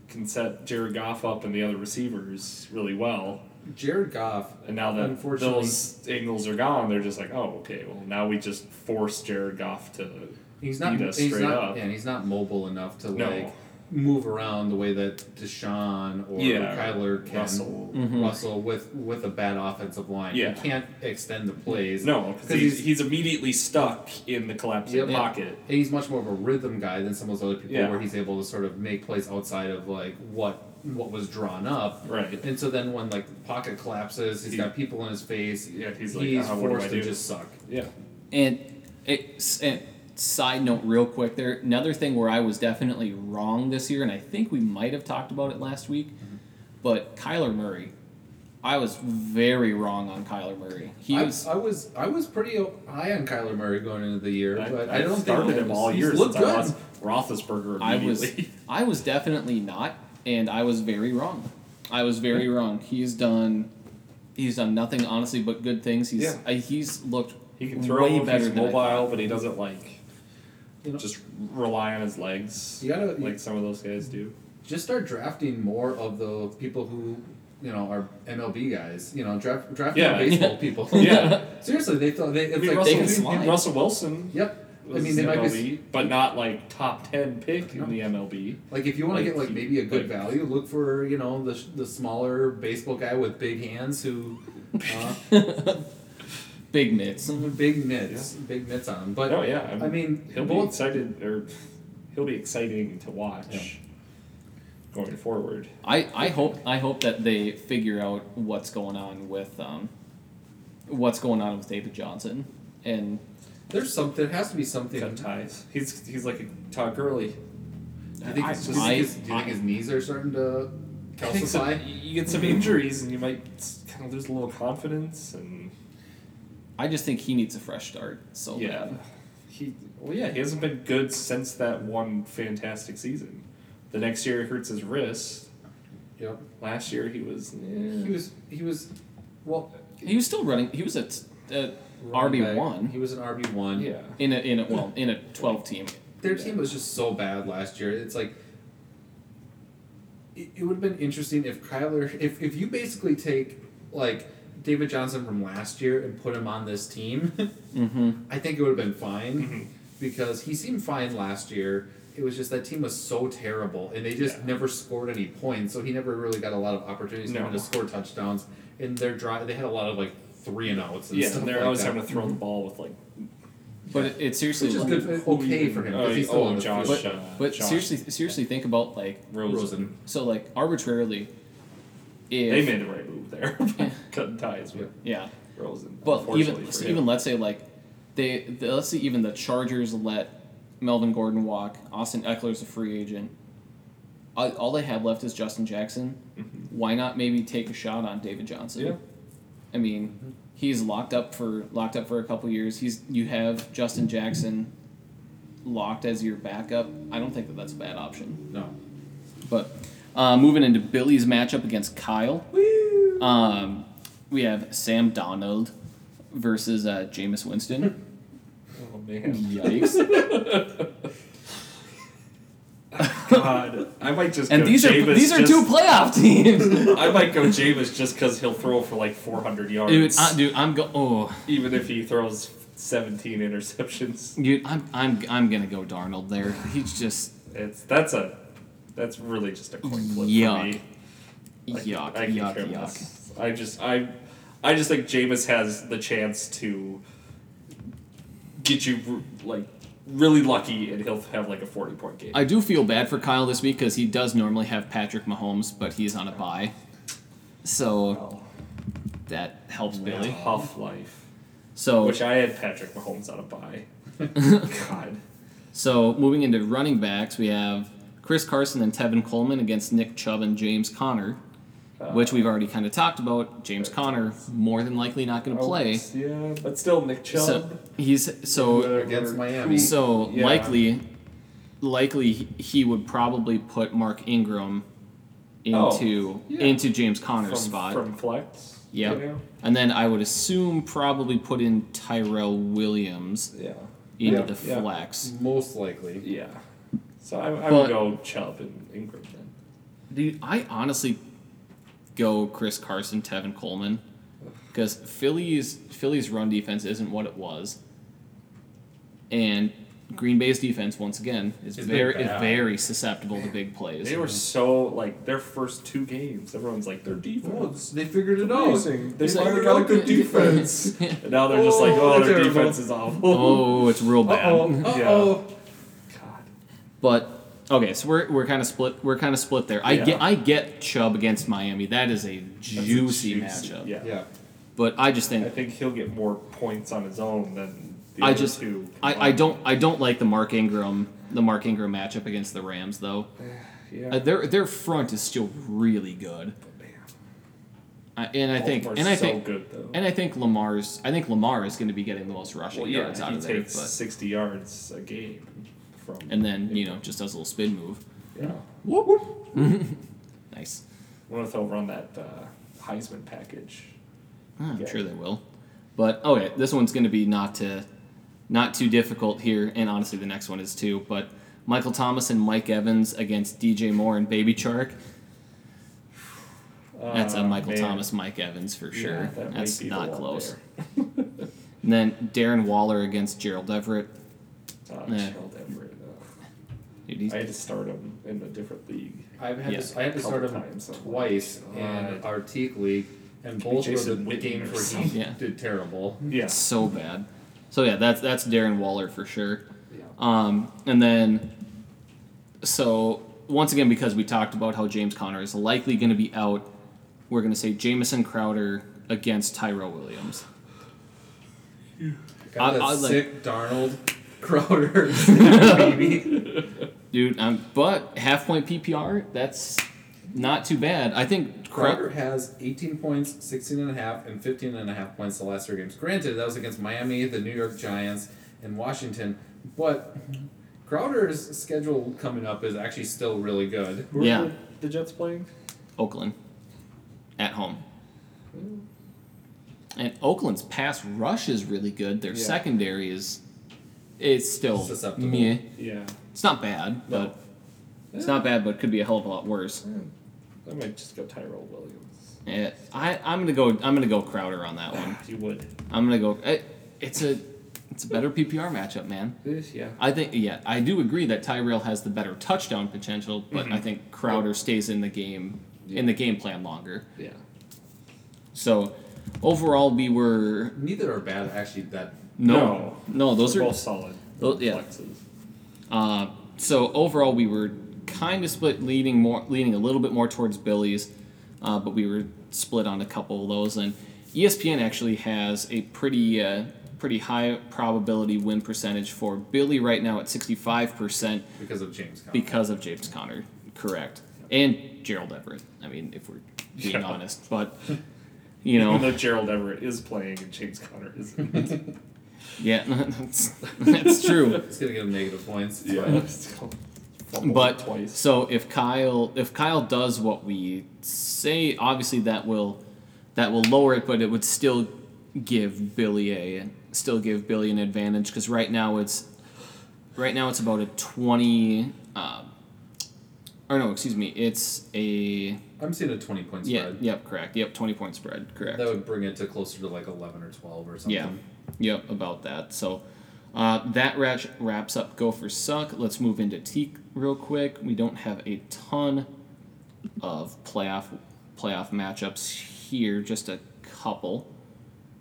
C: can set Jared Goff up and the other receivers really well.
B: Jared Goff.
C: And now that
B: unfortunately,
C: those angles are gone, they're just like, oh, okay, well now we just force Jared Goff to
B: he's not.
C: beat us
B: he's
C: straight
B: not.
C: up.
B: Yeah, and he's not mobile enough to
C: No.
B: like move around the way that Deshaun or
C: Yeah,
B: Kyler can.
C: Russell.
B: Russell with with a bad offensive line.
C: Yeah.
B: He can't extend the plays.
C: No, because
B: 'Cause
C: he's, he's immediately stuck in the collapsing
B: Yep.
C: pocket.
B: And he's much more of a rhythm guy than some of those other people
C: Yeah.
B: where he's able to sort of make plays outside of like what what was drawn up.
C: Right.
B: And so then when like the pocket collapses, he's
C: He-
B: got people in his face.
C: Yeah, he's like, "Ah, what do
B: forced
C: I
B: to
C: do?"
B: just suck.
C: Yeah.
A: And it. And side note, real quick, there another thing where I was definitely wrong this year, and I think we might have talked about it last week,
C: Mm-hmm.
A: but Kyler Murray, I was very wrong on Kyler Murray. He
B: I,
A: was.
B: I was I was pretty o- high on Kyler Murray going into the year, but I, don't
C: started
B: think
C: him all
B: he's
C: year
B: looked
C: since I
B: good.
C: lost Roethlisberger
A: I was
C: immediately.
A: I was definitely not, and I was very wrong. I was very wrong. He's done he's done nothing honestly but good things. He's
C: Yeah.
A: I, he's looked
C: he can throw.
A: way
C: He's
A: better than I thought.
C: mobile, but he doesn't like
B: You know, just
C: just rely on his legs
B: You gotta-
C: like some of those guys do.
B: just start drafting more of the people who you know are MLB guys. You know, draft draft more
C: Yeah.
B: baseball people.
C: Yeah.
B: seriously, they thought they it's
C: I mean,
B: like
C: Russell,
A: they can
B: they-
A: slide.
C: Russell Wilson.
B: Yep. I
C: was
B: mean, they might
C: MLB,
B: be
C: but not like top ten pick
B: No.
C: in the MLB.
B: like if you want
C: like,
B: to get like
C: he-
B: maybe a good
C: like-
B: value, look for you know the the smaller baseball guy with big hands who. Uh,
A: Big mitts.
B: big mitts, big mitts on him. But
C: Oh yeah, I mean,
B: I mean,
C: he'll be
B: both
C: excited or he'll be exciting to watch going forward.
A: I, I hope I hope that they figure out what's going on with um what's going on with David Johnson and
B: there's some there has to be something.
C: Cut ties. He's he's like a Todd Gurley.
B: Do you think,
A: I-
B: his, do you think, his, do you
A: I-
B: think his knees are starting to
C: I think some-
B: calcify?
C: you get some injuries and you might kind of lose a little confidence and
A: I just think he needs a fresh start. So
C: yeah, he well yeah he hasn't been good since that one fantastic season. The next year it hurts his wrist.
B: Yep.
C: Last year he was eh.
B: He was he was well
A: he was still running. He was a, t- a
B: running
A: RB one.
B: back, He was an RB one.
C: yeah
A: in a in a well in a twelve team.
B: Their
C: Yeah.
B: team was just so bad last year. It's like it, it would have been interesting if Kyler if if you basically take like David Johnson from last year and put him on this team,
A: Mm-hmm.
B: I think it would have been fine
C: Mhm.
B: because he seemed fine last year. It was just that team was so terrible, and they just
C: Yeah.
B: never scored any points, so he never really got a lot of opportunities for
C: No.
B: him to score touchdowns. And their drive, they had a lot of like three and outs and
C: yeah
B: stuff
C: and they're
B: like
C: always
B: that.
C: having to throw
A: Mm-hmm.
C: the ball with like
A: But it, it seriously
B: Which is
A: looked-
B: good. okay for him, 'cause
C: oh,
B: he's still on
C: oh
B: the
C: Josh
A: but,
C: uh,
A: but
C: Josh
A: seriously seriously think about like
C: Rosen.
B: Rosen.
A: so like arbitrarily
C: they
A: if
C: made the right move there cutting ties with
A: yeah
C: Rosen
A: but even
C: unfortunately for him.
A: even let's say like they the, let's say even the Chargers let Melvin Gordon walk Austin Eckler's a free agent all, all they have left is
C: Mm-hmm.
A: Justin Jackson why not maybe take a shot on David Johnson
C: Yeah.
A: I mean He's locked up for locked up for a couple years. He's you have Justin Jackson locked as your backup. I don't think that that's a bad option.
B: No.
A: But uh, moving into Billy's matchup against Kyle, um, we have Sam Donald versus uh, Jameis Winston.
C: Oh man.
A: Mm. Yikes!
C: God, I might just
A: and
C: go
A: these
C: Jameis
A: are these are
C: just,
A: two playoff teams.
C: I might go Jameis just because he'll throw for like 400 yards,
A: dude, I, dude, I'm go. Oh,
C: even if he throws 17 interceptions.
A: dude, I'm I'm I'm gonna go Darnold there. He's just
C: It's that's a that's really just a coin flip for
A: Yuck.
C: me. Like,
A: yuck,
C: I can
A: yuck,
C: care
A: yuck.
C: less. I just I I just think Jameis has the chance to get you like really lucky, and he'll have like a 40 point game.
A: I do feel bad for Kyle this week because he does normally have Patrick Mahomes, but he's on a bye. So
C: Oh,
A: that helps Billy.
C: tough life.
A: So
C: Which I had Patrick Mahomes on a buy. God.
A: so moving into running backs, we have Chris Carson and Tevin Coleman against Nick Chubb and James Conner, which we've already kind of talked about. James
C: uh,
A: Conner more than likely not
C: Oh,
A: going to play.
C: Yeah, but still Nick Chubb.
A: So he's so
B: Against Miami.
A: so
C: Yeah.
A: likely likely he- he would probably put Mark Ingram
C: Oh,
A: into
C: yeah.
A: into James Conner's
C: from,
A: spot.
C: from flex.
A: Yep.
C: you know?
A: And then I would assume probably put in Tyrell Williams
C: Yeah.
A: into
B: Yeah,
A: the
C: yeah.
A: flex.
B: Most likely.
C: Yeah. So I, I
A: But-
C: would go Chubb and Ingram then.
A: Dude, I honestly go Chris Carson, Tevin Coleman, because Philly's Philly's run defense isn't what it was, and Green Bay's defense once again is
B: It's been
A: very is
B: bad.
A: very susceptible to big plays.
C: They were so like their first two games. Everyone's like their
B: Well,
C: defense.
B: it's- they figured it
C: Amazing.
B: out.
C: They
B: It's like,
C: finally
B: "Oh,
C: got a good defense. And now they're just like,
B: Oh,
C: oh, their
B: terrible.
C: defense is awful.
A: oh, it's real bad.
B: Uh-oh. Uh-oh.
C: God.
A: But okay, so we're, we're kind of split. We're kind of split there. I
C: Yeah.
A: get I get Chubb against Miami. That is a
C: That's a
A: juicy, matchup.
C: Yeah.
B: Yeah.
A: But I just
C: I
A: think
C: think he'll get more points on his own than the
A: I
C: other
A: just
C: two.
A: I, I don't I don't like the Mark Ingram the Mark Ingram matchup against the Rams though.
C: Yeah.
A: Uh, their their front is still really good. I, and I think and I
C: so
A: think
C: good though.
A: and I think Lamar's I think Lamar is going to be getting the most rushing
C: well, yeah,
A: yards out
C: he
A: of there.
C: takes
A: But,
C: 60 yards a game from.
A: and then you know just does a little spin move.
C: yeah.
A: Whoop whoop. nice.
C: What if they'll run that uh, Heisman package?
A: Ah, I'm
C: Yeah.
A: sure they will. But okay, this one's going to be not to, not too difficult here, and honestly, the next one is too. But Michael Thomas and Mike Evans against DJ Moore and Baby Chark. That's a
C: Uh,
A: Michael
C: man.
A: Thomas, Mike Evans for
C: Yeah,
A: sure.
C: that might
A: That's
C: be the
A: not
C: one
A: close.
C: there.
A: And then Darren Waller against Gerald Everett.
C: Uh,
A: Yeah.
C: Gerald Everett, uh,
A: Dude, he's-
C: I had to start him in a different league.
B: I've had
A: Yeah.
B: to, I had to start
C: Couple
B: him
C: times, so-
B: twice in
C: God.
B: our teak league, and both were the
C: Jason Witten
B: games where
C: or
B: he
A: something. Yeah.
B: did terrible.
C: Yeah.
A: so bad. So yeah, that's that's Darren Waller for sure.
C: Yeah.
A: Um, and then, so once again, because we talked about how James Conner is likely going to be out, we're going to say Jamison Crowder against Tyrell Williams. I-
B: Got that
A: I like-
B: sick Darnold Crowder baby.
A: Dude, um, but half point PPR, that's not too bad. I think
B: Crowder
A: Crowder.
B: has 18 points, 16 and a half, and 15 and a half points the last three games. Granted, that was against Miami, the New York Giants, and Washington, but Crowder's schedule coming up is actually still really good.
C: Who are
A: Yeah.
C: The, the Jets playing?
A: Oakland at home. And Oakland's pass rush is really good. Their
C: Yeah.
A: secondary is, it's still
B: Susceptible.
A: meh.
C: Yeah.
A: It's not bad,
C: No.
A: but it's not bad, but could be a hell of a lot worse.
C: I might just go Tyrell Williams.
A: Yeah, I I'm gonna go I'm gonna go Crowder on that one.
C: You would.
A: I'm gonna go. It, it's a it's a better PPR matchup, man.
C: yeah.
A: I think yeah, I do agree that Tyrell has the better touchdown potential, but I think Crowder stays in the game in the game plan longer.
C: Yeah.
A: So overall, we were
B: Neither are bad, actually, that
A: no no, those
C: They're
A: are
C: both solid.
A: tho- yeah.
C: flexes.
A: Uh, so overall, we were kind of split, leaning more, leaning a little bit more towards Billy's, uh, but we were split on a couple of those. And E ESPN actually has a pretty, uh, pretty high probability win percentage for Billy right now at sixty-five percent
B: because of James Conner.
A: because of James Conner, correct, and Gerald Everett. I mean, if we're being
C: Yeah.
A: honest, but You
C: Even
A: know,
C: though Gerald Everett is playing and James Conner isn't.
A: yeah, that's that's true.
B: It's gonna give him negative points. It's
C: yeah.
B: fine.
A: But
C: twice.
A: so if Kyle if Kyle does what we say, obviously that will that will lower it, but it would still give Billy a still give Billy an advantage because right now it's right now it's about a twenty. Uh, or no, excuse me, it's a
B: I'm seeing a 20 point
A: yeah,
B: spread.
A: yep, correct, yep, twenty point spread, correct.
B: That would bring it to closer to like 11 or 12 or something.
A: Yeah. Yep, about that. So uh, that wraps, wraps up Gopher Suck. Let's move into Teak real quick. We don't have a ton of playoff playoff matchups here, just a couple.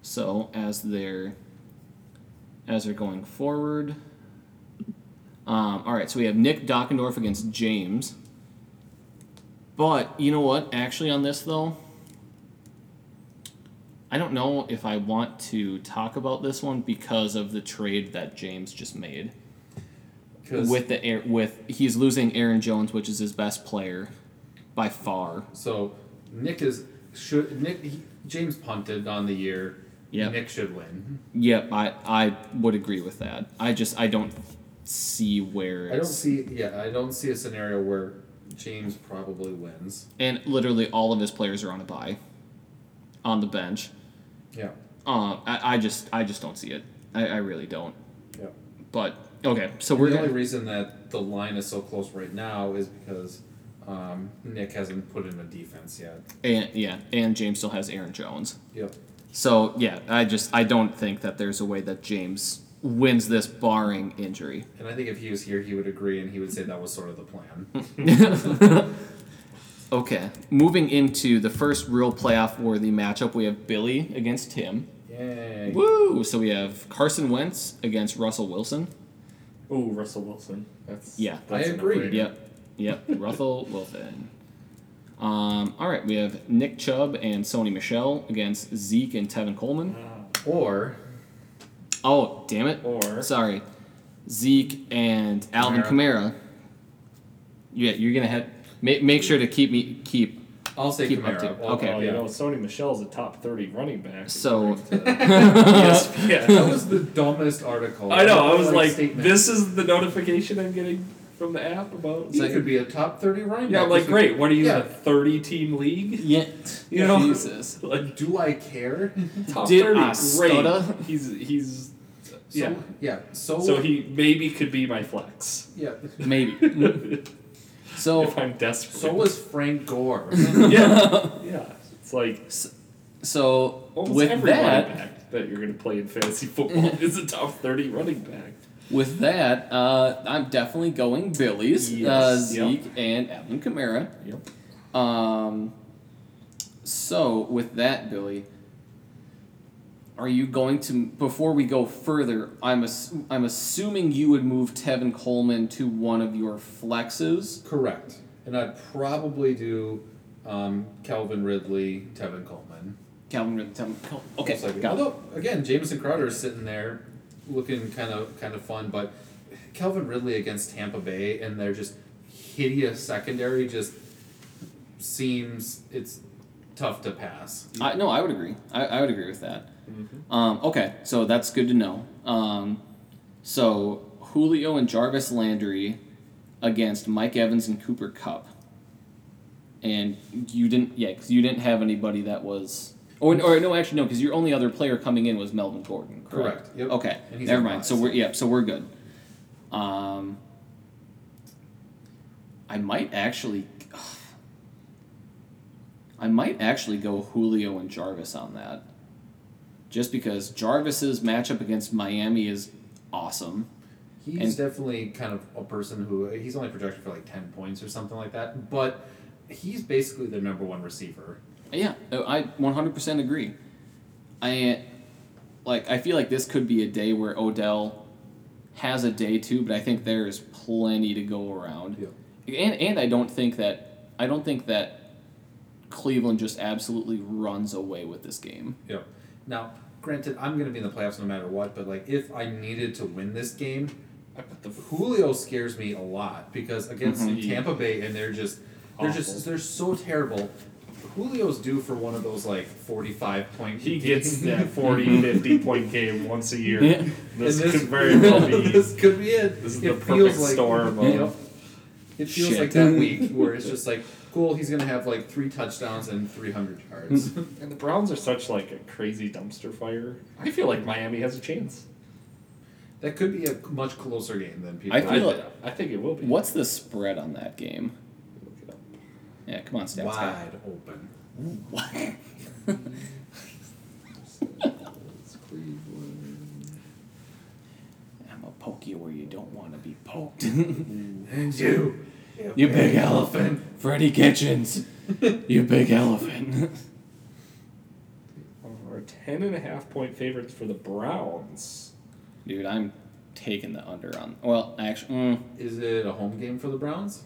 A: So as they're as they're going forward. Um, all right, so we have Nick Dockendorf against James. But you know what? Actually, on this though, I don't know if I want to talk about this one because of the trade that James just made
B: 'Cause-
A: with the air with he's losing Aaron Jones, which is his best player by far.
B: So Nick is should Nick he, James punted on the year.
A: Yep.
B: Nick should win.
A: Yep, I I would agree with that. I just I don't see where it's
B: I don't see. Yeah, I don't see a scenario where James probably wins.
A: and literally all of his players are on a bye on the bench.
B: Yeah.
A: Uh, I, I just I just don't see it. I, I really don't.
B: Yeah.
A: But okay, so we're
B: the
A: gonna,
B: only reason that the line is so close right now is because um, Nick hasn't put in a defense yet.
A: and yeah, and James still has Aaron Jones.
B: Yep.
A: So yeah, I just I don't think that there's a way that James wins this barring injury.
B: And I think if he was here, he would agree, and he would say that was sort of the plan.
A: Okay, moving into the first real playoff worthy matchup, we have Billy against Tim.
B: Yay.
A: Woo! So we have Carson Wentz against Russell Wilson.
C: Oh, Russell Wilson. That's
A: Yeah.
C: that's
B: I
C: a
B: agree.
C: no-brainer.
A: Yep, yep, Russell Wilson. Um, all right, we have Nick Chubb and Sony Michelle against Zeke and Tevin Coleman.
C: Ah,
B: Or
A: Oh, damn it.
C: or
A: Sorry, Zeke and Alvin Kamara. Yeah, you're gonna have make, make sure to keep me keep.
B: I'll say
A: Keep
B: Kamara.
A: up to-
B: Well,
A: okay.
C: well, you
B: yeah.
C: know, Oh, Sony Michelle's a top thirty running back.
A: So-
C: according to ESPN.
B: That was the dumbest article.
C: I know. I was like,
B: statement.
C: this is the notification I'm getting from the app about. It's
B: He
C: like,
B: could be a top thirty running
C: yeah,
B: back.
C: like
B: this week.
C: great. What are you
B: Yeah.
C: in a thirty team league?
A: Yeah.
C: You know?
A: Jesus.
C: Like
B: Do I care?
C: top
A: Did
C: thirty.
A: I stutter?
C: Great. He's he's yeah.
B: So, yeah. So,
C: So he maybe could be my flex
B: yeah.
A: Maybe. So
C: if I'm desperate.
B: So was Frank Gore.
C: yeah, yeah. It's like
A: so
C: almost
A: with
C: every running
A: that
C: back that you're going to play in fantasy football is a top thirty running back.
A: with that uh, I'm definitely going Billy's uh,
C: Yes, yep.
A: Zeke and Alvin Kamara.
C: Yep.
A: Um. So with that, Billy. Are you going to before we go further? I'm ass- I'm assuming you would move Tevin Coleman to one of your flexes.
B: Correct. And I'd probably do um, Calvin Ridley, Tevin Coleman.
A: Calvin Ridley. Tevin Col- Okay,
B: Most likely.
A: got it.
B: Although again, Jameson Crowder is sitting there looking kind of kind of fun, but Calvin Ridley against Tampa Bay and their just hideous secondary just seems it's tough to pass.
A: I, no, I would agree. I, I would agree with that.
B: Mm-hmm.
A: Um, okay, so that's good to know. Um, so Julio and Jarvis Landry against Mike Evans and Cooper Cup. And you didn't, yeah, because you didn't have anybody that was. Or, or no, actually no, because your only other player coming in was Melvin Gordon. Correct.
B: Correct, yep.
A: Okay.
B: And he's
A: Never
B: on
A: mind.
B: bye,
A: So
B: so-
A: we're yeah. So we're good. Um, I might actually, I might actually go Julio and Jarvis on that, just because Jarvis's matchup against Miami is awesome.
B: He's
A: And-
B: definitely kind of a person who he's only projected for like ten points or something like that, but he's basically the number one receiver.
A: Yeah, no, I 100% agree. I like I feel like this could be a day where Odell has a day too, but I think there is plenty to go around. And and I don't think that I don't think that Cleveland just absolutely runs away with this game.
B: Yeah. Now, granted, I'm going to be in the playoffs no matter what, but like if I needed to win this game,
C: I put the
B: Julio scares me a lot because against
C: Mhm.
B: Tampa Bay and they're just they're
C: Awful.
B: just they're so terrible. Julio's due for one of those like forty-five point.
C: He gets
B: games.
C: that 40, 50 point game once a year.
A: Yeah.
B: And
C: This, could very well be.
B: this could be it.
C: This is
B: it
C: the
B: feels
C: perfect
B: like,
C: storm of
B: Yep. It feels
A: Shit.
B: like that week where it's just like, cool, he's gonna have like three touchdowns and three hundred yards.
C: And the Browns are such like a crazy dumpster fire. I feel like Miami has a chance.
B: that could be a much closer game than people.
A: I feel like-
C: I think it will be.
A: What's the spread on that game? Yeah, come on, stats guy.
B: wide open.
A: What? I'm gonna poke you where you don't want to be poked.
B: And you,
A: you big elephant, Freddie Kitchens. you big elephant.
C: Are Uh, ten and a half point favorites for the Browns.
A: Dude, I'm taking the under on. Well, actually, mm,
B: Is it a home game for the Browns?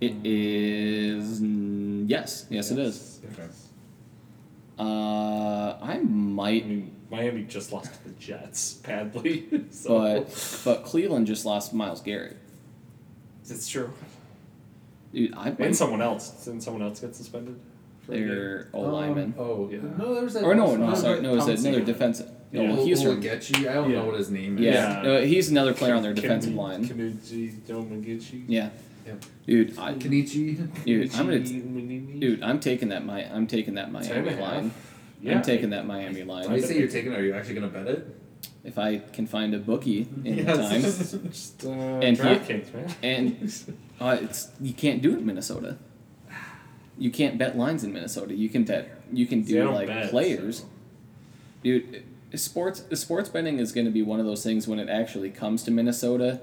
A: it is. mm, Yes, yes, it is.
B: Okay.
A: Uh, I
C: I
A: might,
C: mean, Miami just lost to the Jets badly. So
A: but but Cleveland just lost Miles Garrett.
C: it's true.
A: Dude, I might.
C: And someone else. Didn't someone else get suspended? for a game?
A: their O lineman.
B: Um, oh
C: Yeah.
B: No, there was that.
A: or no, no,
B: another
A: sorry, no, it's
B: Thompson
A: another
B: guy.
A: defensive. No,
C: Yeah.
A: well, he's from. Yeah,
B: Olagechi? I don't know what his name is.
C: Yeah.
A: No, uh, he's another player on their
C: Kim-
A: defensive
C: Kim-
A: line.
C: Kimichi Domaguchi.
A: yeah,
B: Yep.
A: dude, I,
B: Uh, Kenichi.
A: dude, I'm gonna,
C: Kimichi-
A: dude, I'm taking that. My, I'm taking that
C: Ten and
A: Miami
C: a half.
A: line.
C: Yeah.
A: I'm taking that Miami
B: When
A: line.
B: you say you're taking it, are you actually gonna bet it?
A: If I can find a bookie in
B: Yes.
A: time,
C: Just, uh,
A: he-
C: DraftKings, man.
A: and uh, it's you can't do it in Minnesota. You can't bet lines in Minnesota. You can bet. You can
C: See, I
A: do
C: don't
A: like
C: bet,
A: players.
C: so-
A: Dude, uh, sports sports betting is going to be one of those things when it actually comes to Minnesota.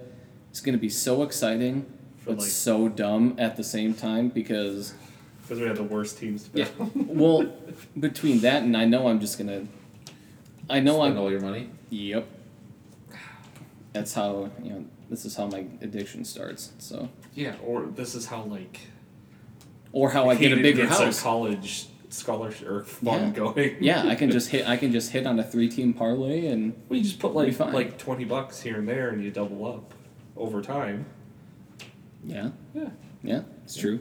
A: It's going to be so exciting,
C: For
A: but
C: like-
A: so dumb at the same time because
C: Because we had the worst teams to
A: yeah.
C: bet.
A: Well, between that and I know I'm just gonna, I know
B: Spend
A: I'm.
B: all your money.
A: Yep. That's how you know. This is how my addiction starts. So,
C: Yeah, or this is how like
A: or how I get a
C: Hayden
A: bigger
C: gets
A: house.
C: a college scholarship or fund
A: Yeah.
C: going.
A: Yeah, I can just hit. I can just hit on a three-team parlay, and
C: Well, you just put
A: Be
C: like
A: fine.
C: like twenty bucks here and there, and you double up over time.
A: yeah,
C: Yeah,
A: yeah, it's true.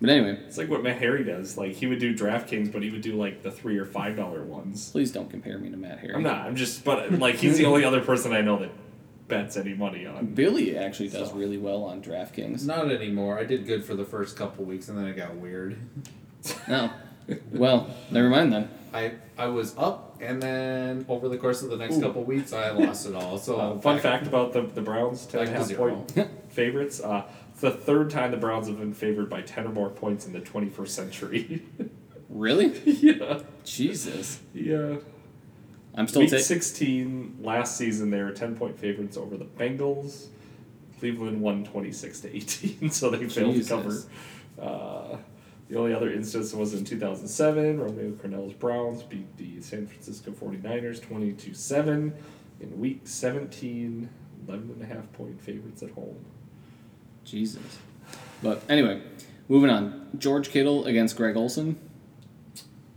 A: But anyway,
C: it's like what Matt Harry does. Like he would do DraftKings, but he would do like the three or five dollar ones.
A: please don't compare me to Matt Harry.
C: I'm not. I'm just. But like he's the only other person I know that bets any money on.
A: Billy actually does
C: So.
A: really well on DraftKings.
B: Not anymore. I did good for the first couple weeks, and then it got weird.
A: No, well, never mind then.
B: I I was up, and then over the course of the next couple weeks, I lost it all. So
C: Uh, fun
B: back-
C: fact about the the Browns ten and a
B: back to
C: half point favorites. Uh, it's the third time the Browns have been favored by ten or more points in the 21st century.
A: Really?
C: yeah.
A: Jesus,
C: Yeah.
A: I'm still
C: Week
A: taking.
C: 16 last season, they were 10 point favorites over the Bengals. Cleveland won 26 to 18, so they failed
A: Jesus.
C: to cover. Uh, the only other instance was in 2007. Romeo Cornell's Browns beat the San Francisco 49ers 22 7. In week 17, 11 and a half point favorites at home.
A: Jesus. But anyway, moving on. George Kittle against Greg Olson.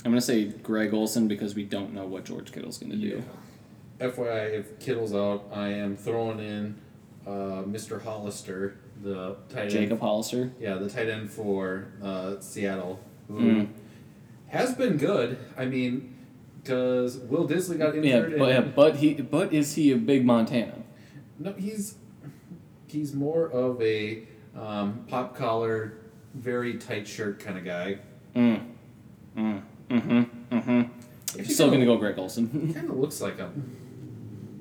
A: I'm gonna say Greg Olson because we don't know what George Kittle's gonna do.
B: FYI, if Kittle's out, I am throwing in uh, Mr. Hollister, the tight
A: Jacob
B: end.
A: Hollister.
B: Yeah, the tight end for uh, Seattle, who
A: Mm.
B: has been good. I mean, because Will Disley got
A: Yeah,
B: injured.
A: but yeah,
B: and,
A: but he but is he a big Montana?
B: No, he's he's more of a um, pop collar, very tight shirt kind of guy.
A: Mm. Mm. Mm-hmm. Mm-hmm.
B: If you
A: Still
B: go-
A: gonna go Greg Olson.
B: Kind of looks like a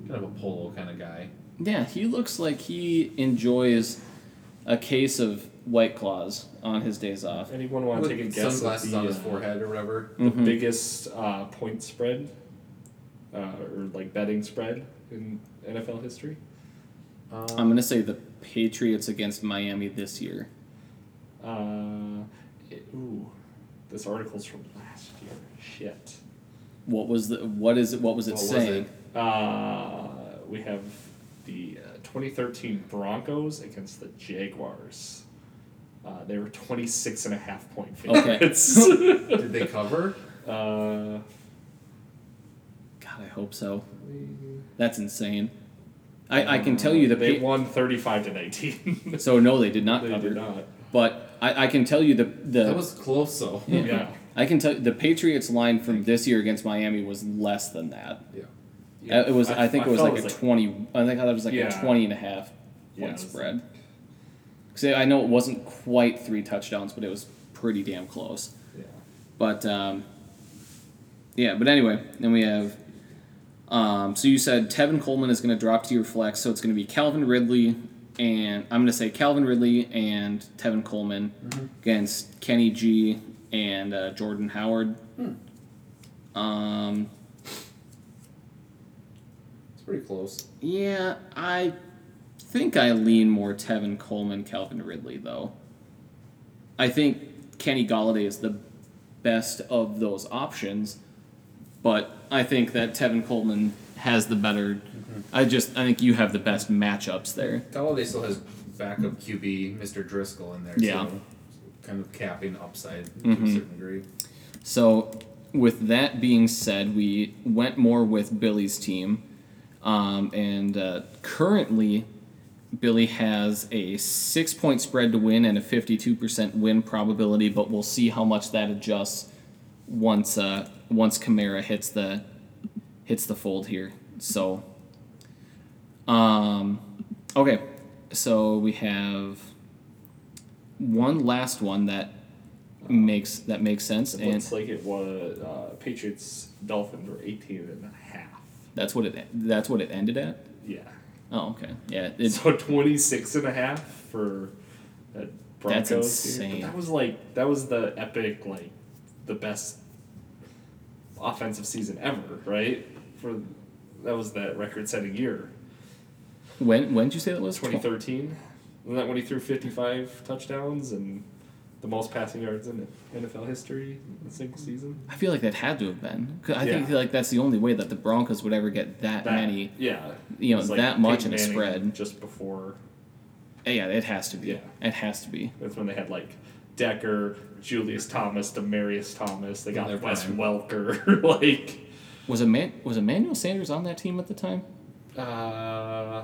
B: kind of a polo kind of guy.
A: yeah, he looks like he enjoys a case of white claws on his days off.
C: Anyone want to
B: With
C: take a guess
B: sunglasses
C: at the,
B: on his
C: uh,
B: forehead or whatever.
C: the
A: Mm-hmm.
C: biggest uh, point spread uh, or like betting spread in NFL history. Um,
A: I'm gonna say the Patriots against Miami this year. Um,
C: Uh, it- ooh, this article's from last year. Shit.
A: What was the what is it what was it
B: What was
A: saying?
B: it?
C: Uh, we have the uh, 2013 Broncos against the Jaguars. Uh, they were 26 and a half point
A: Okay.
C: favorites.
B: Did they cover?
C: uh,
A: God, I hope so. That's insane. I, I can tell you the
C: they
A: pa-
C: won 35 to 19.
A: so no they did not
C: they
A: cover.
C: did not.
A: But I, I can tell you the the
B: That was close, though.
A: Yeah.
C: Yeah.
A: I can tell you the Patriots line from this year against Miami was less than that.
B: Yeah.
A: Uh, It was I, think it was
C: felt
A: like a 20 I think I thought it was like
C: Yeah.
A: a 20 and a half
C: Yeah,
A: point
C: it was-
A: spread. Cuz I know it wasn't quite 3 touchdowns, but it was pretty damn close.
C: Yeah.
A: But um, yeah, but anyway, then we have. Um, so you said Tevin Coleman is going to drop to your flex, so it's going to be Calvin Ridley, and I'm going to say Calvin Ridley and Tevin Coleman against Kenny G and uh, Jordan Howard. Um,
B: It's pretty close.
A: yeah, I think I lean more Tevin Coleman, Calvin Ridley, though. I think Kenny Galladay is the best of those options, but I think that Tevin Coleman has the better. I just I think you have the best matchups there.
B: Galladay still has backup QB Mr. Driscoll in there.
A: Yeah.
B: So kind of capping upside to a
C: Mm-hmm.
A: Mhm.
B: certain degree.
A: So, with that being said, we went more with Billy's team, um, and uh, currently, Billy has a six-point spread to win and a fifty-two percent win probability. But we'll see how much that adjusts once uh, once Kamara hits the hits the fold here. So, um, okay, so we have one last one that makes that makes sense
C: It
A: and
C: looks like it was uh, Patriots Dolphins were 18 and a half.
A: That's what it. That's what it ended at.
C: Yeah.
A: Oh, okay. Yeah, it's
C: so 26 and a half for that
A: That's
C: Broncos. dude. But
A: insane.
C: That was like that was the epic like the best offensive season ever, right? For that was that record-setting year.
A: when. When did you say that was?
C: 2013. Isn't that when he threw 55 touchdowns and the most passing yards in NFL history in a single season?
A: I feel like that had to have been. 'Cause I think
C: Yeah.
A: like that's the only way that the Broncos would ever get that,
C: That-
A: many.
C: Yeah.
A: you know,
C: It was
A: that much
C: Peyton
A: in a
C: Manning
A: spread.
C: Just before,
A: Yeah, it has to be.
C: Yeah.
A: It has to be.
C: that's when they had like Decker, Julius Thomas, Demarius Thomas. They
B: In their
C: got Wes
B: prime.
C: Welker. like,
A: Was a man was Emmanuel Sanders on that team at the time?
C: uh,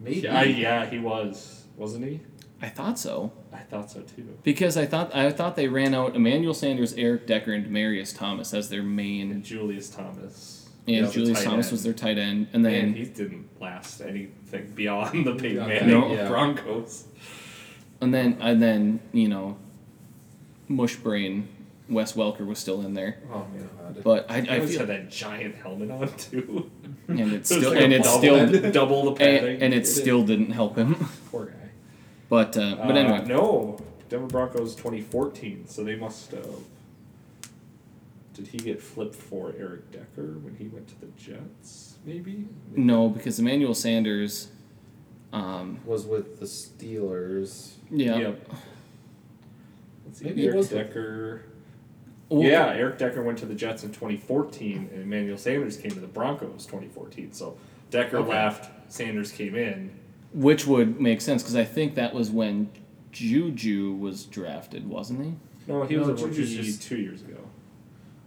B: Maybe.
C: yeah, yeah, he was, wasn't he?
A: I thought so
C: I thought so too.
A: because I thought I thought they ran out Emmanuel Sanders, Eric Decker, and Demarius Thomas as their main.
C: And Julius Thomas.
A: And
C: was a
A: Julius
C: tight
A: Thomas
C: end.
A: was their tight end, and then
C: Man, he didn't last anything beyond the Peyton
B: Yeah,
C: Manning
B: yeah.
C: Broncos.
A: And then and then you know, mush brain Wes Welker was still in there,
C: Oh man.
B: God.
A: but I,
C: I
A: I
C: always
A: feel
C: had that giant helmet on too.
A: and it's
C: So
A: still
C: like a
A: and it's
C: double-
A: still
C: double the padding.
A: and, and it still didn't help him.
B: Poor guy.
A: But uh,
C: Uh,
A: but anyway,
C: no, Denver Broncos 2014. So they must have. Did he get flipped for Eric Decker when he went to the Jets? Maybe.
A: no, because Emmanuel Sanders, um,
B: Was with the Steelers.
A: yeah,
C: Yep. Let's see.
B: Maybe it
C: Eric
B: was-
C: Decker.
A: Well,
C: yeah, Eric Decker went to the Jets in 2014, and Emmanuel Sanders came to the Broncos 2014. So Decker
B: Okay.
C: left, Sanders came in.
A: which would make sense because I think that was when Juju was drafted, wasn't he?
C: No, he
B: No,
C: was a
B: Juju's
C: rookie
B: just-
C: two years ago.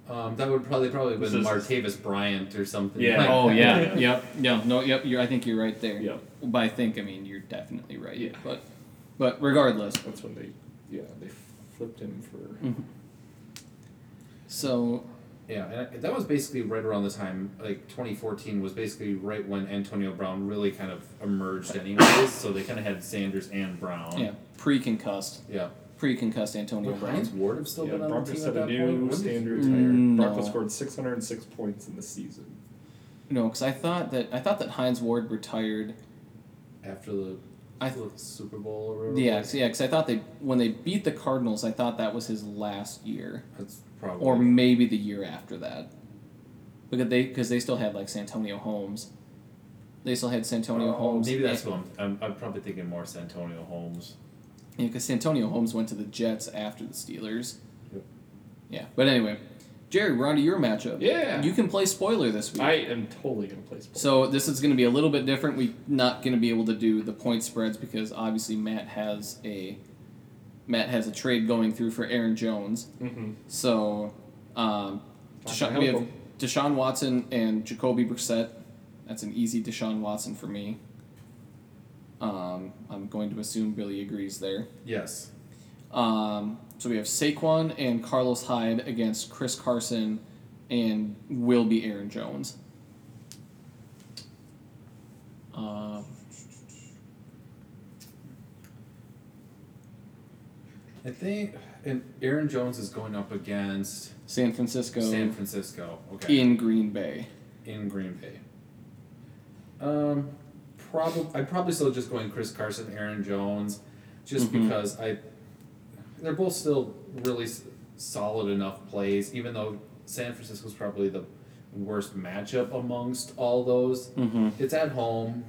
B: Um, that would probably probably have
C: This
B: been
C: is-
B: Martavis Bryant or something.
C: Yeah.
B: Like
A: Oh
B: that.
A: yeah,
C: Yeah.
A: yep, yeah, no, yep. You're, I think you're right there.
C: Yep.
A: By I think I mean you're definitely right.
C: Yeah.
A: But but regardless,
C: That's when they, yeah, they flipped him for.
A: so
B: Yeah, and I- that was basically right around the time, like 2014 was basically right when Antonio Brown really kind of emerged, anyways. so they kind of had Sanders and Brown.
A: yeah, pre-concussed,
B: Yeah.
A: pre-concussed Antonio
B: Would
A: Brown.
B: Heinz Ward have still
C: Yeah,
B: been on the
C: Broncos
B: team
C: set
B: at
C: a
B: that point?
C: new
B: When did-
C: standard
A: Mm,
C: higher.
A: no.
C: Broncos scored 606 points in the season.
A: No, because I thought that I thought that Heinz Ward retired.
B: After the
A: I
B: the Super Bowl or whatever. it
A: yeah,
B: was?
A: yeah, because I thought they when they beat the Cardinals, I thought that was his last year,
B: That's probably.
A: or maybe the year after that, because they because they still had like Santonio Holmes. They still had Santonio
B: Oh,
A: Holmes.
B: Maybe that's what I'm, I'm. I'm probably thinking more Santonio Holmes.
A: Yeah, because Santonio Holmes went to the Jets after the Steelers.
B: Yep.
A: Yeah, but anyway, Jerry, we're on to your matchup.
C: Yeah.
A: you can play spoiler this week.
C: I am totally going to play spoiler.
A: So this is going to be a little bit different. We're not going to be able to do the point spreads because obviously Matt has a Matt has a trade going through for Aaron Jones.
C: Mm-hmm.
A: So um,
C: Not
A: Deshaun,
C: gonna
A: we
C: help
A: have Deshaun Watson and Jacoby Brissett. That's an easy Deshaun Watson for me. Um, I'm going to assume Billy agrees there.
B: Yes.
A: Um, so we have Saquon and Carlos Hyde against Chris Carson and will be Aaron Jones. Uh,
B: I think and Aaron Jones is going up against
A: San Francisco
B: San Francisco. Okay.
A: in Green Bay.
B: in Green Bay. Um, probably I'd probably still just going Chris Carson, Aaron Jones, just
A: Mhm.
B: because I they're both still really s- solid enough plays, even though San Francisco's probably the worst matchup amongst all those.
A: Mm-hmm.
B: It's at home.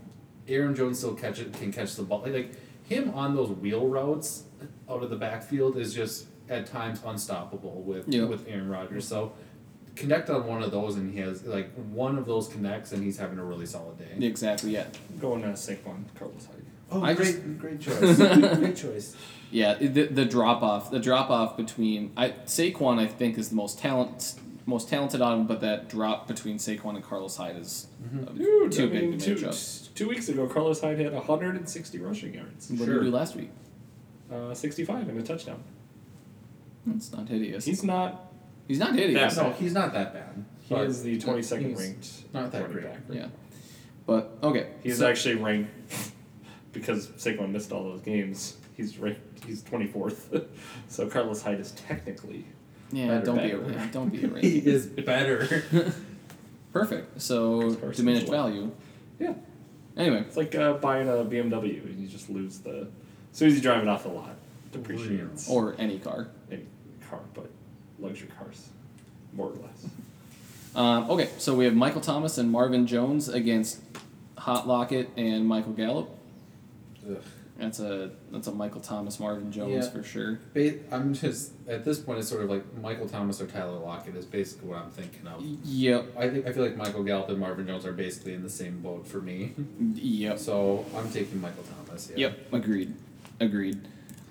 B: Aaron Jones still catch it, can catch the ball. Like him on those wheel routes out of the backfield is just at times unstoppable with
A: Yeah.
B: with Aaron Rodgers. So connect on one of those and he has like one of those connects and he's having a really solid day.
A: Exactly. Yeah.
C: Going to Saquon Carlos Hyde.
B: Oh,
A: I
B: great, great choice. great choice.
A: Yeah, the, the drop off, the drop off between I Saquon, I think, is the most talent, most talented out of them. But that drop between Saquon and Carlos Hyde is uh,
C: Dude,
A: too
C: I mean,
A: big to
C: two,
A: match up.
C: t- two weeks ago, Carlos Hyde had 160 rushing yards,
A: What did
B: Sure.
A: he do last week?
C: uh, 65 and a touchdown.
A: That's not hideous. He's,
C: He's not.
A: not hideous.
B: No,
C: That's-
B: he's not that bad.
C: He
B: But
C: is the 22nd
B: he's
C: ranked
B: not that
C: running
B: great.
C: back.
A: Yeah, but okay.
C: He's
A: so-
C: actually ranked because Saquon missed all those games. He's ranked. He's 24th. so Carlos Hyde is technically
A: yeah. Don't be
C: better.
A: a don't be a
B: he
A: rake.
B: is better.
A: Perfect.
C: Chris
A: So
C: Carson's
A: diminished
C: low.
A: value.
C: yeah.
A: Anyway,
C: It's like uh, buying a BMW and you just lose the. As soon as you drive it off the lot, it depreciates.
A: or any car.
C: any car, but luxury cars, more or less.
A: Um, okay, so we have Michael Thomas and Marvin Jones against Hot Lockett and Michael Gallup.
B: Ugh.
A: That's a that's a Michael Thomas, Marvin Jones
B: Yeah.
A: for sure.
B: Ba- I'm just at this point. It's sort of like Michael Thomas or Tyler Lockett is basically what I'm thinking of.
A: Yep,
B: I think I feel like Michael Gallup and Marvin Jones are basically in the same boat for me.
A: yep,
B: So I'm taking Michael Thomas. Yeah.
A: yep. Agreed, agreed.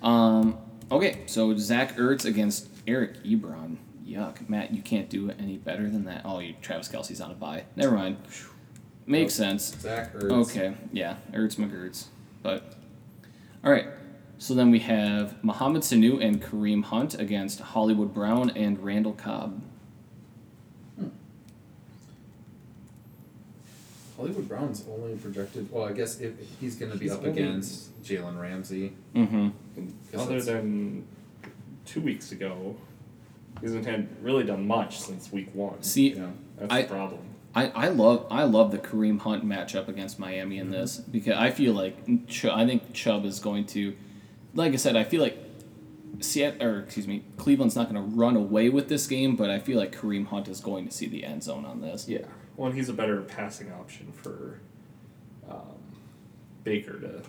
A: Um, okay, so Zach Ertz against Eric Ebron. Yuck, Matt, you can't do any better than that. Oh, you Travis Kelsey's on a bye. Never mind. Makes sense.
B: Zach Ertz.
A: Okay, yeah, Ertz McGertz. But all right, so then we have Mohamed Sanu and Kareem Hunt against Hollywood Brown and Randall Cobb.
B: Hollywood Brown's only projected. Well, I guess if he's going to be
C: He's
B: up
C: only-
B: against Jalen Ramsey.
A: Mm-hmm.
B: 'cause
C: Other
B: that's-
C: than two weeks ago, he hasn't had really done much since week one.
A: See,
B: yeah.
C: That's
A: I-
C: the problem.
A: I, I love I love the Kareem Hunt matchup against Miami
C: Mm-hmm.
A: in this because I feel like Ch- I think Chubb is going to, like I said, I feel like Seattle or excuse me, Cleveland's not going to run away with this game, but I feel like Kareem Hunt is going to see the end zone on this.
C: Yeah. Well, and he's a better passing option for um, Baker to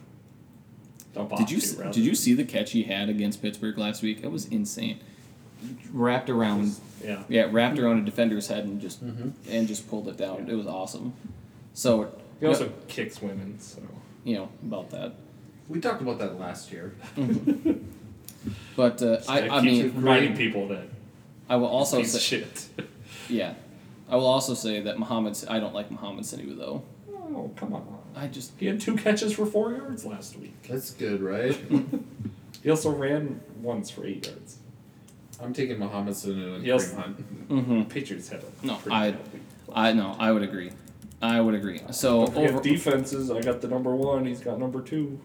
C: dump off
A: Did you
C: to rather
A: did you see the catch he had against Pittsburgh last week? It was insane. Wrapped
C: than-
A: around,
C: Yeah.
A: yeah, wrapped around a defender's head and just
C: Mm-hmm.
B: Mhm.
A: and just pulled it down. It was awesome. So
C: He also kicks women, so.
A: you know about that,
B: We talked about that last year.
A: but uh, I
C: It
A: I
C: keeps
A: mean
C: reminding people that
A: I will also
C: he's
A: say
C: shit.
A: yeah, I will also say that Muhammad S- I don't like Muhammad Sanu though.
C: oh, come on.
A: I just
C: He had two catches for four yards last week.
B: That's good, right?
C: He also ran once for eight yards.
B: I'm taking Mohamed Sanu and
C: Yes.
B: Kareem Hunt.
A: mm-hmm.
C: Patriots had a
A: No,
C: pretty
A: I-
C: bad week.
A: I no I would agree, I would agree. So
C: Don't forget
A: over
C: defenses, I got the number one. He's got number two.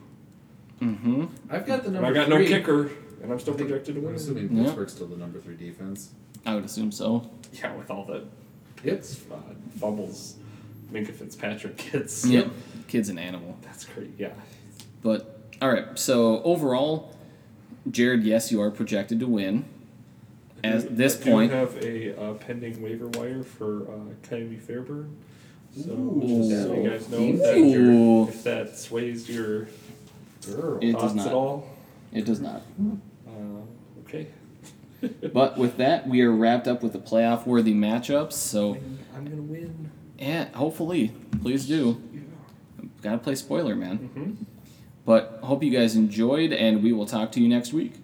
A: mm-hmm.
B: I've got the
C: And
B: number.
C: I got
B: three.
C: no kicker, and I'm still
B: I think-
C: projected to
B: I'm
C: win.
B: assuming
A: Yeah.
B: Pittsburgh's still the number three defense.
A: I would assume so.
C: Yeah, with all the
B: Yep.
C: uh, fumbles, Minka Fitzpatrick gets.
A: Yep, kid's an animal.
C: That's great. Yeah,
A: But all right, so overall, Jared, yes, you are projected to win. At this
C: I do
A: point,
C: have a uh, pending waiver wire for uh, Kyrie Fairburn. So,
B: Ooh.
C: just so you guys know if that,
A: Ooh.
C: if that sways your
B: Girl.
A: It does
C: thoughts
A: not.
C: at all.
A: it does not.
C: Uh, okay.
A: But with that, we are wrapped up with the playoff-worthy matchups. So,
C: I'm gonna win.
A: yeah, hopefully, please do.
C: Yeah.
A: Gotta play spoiler, man.
C: Mm-hmm.
A: But hope you guys enjoyed, and we will talk to you next week.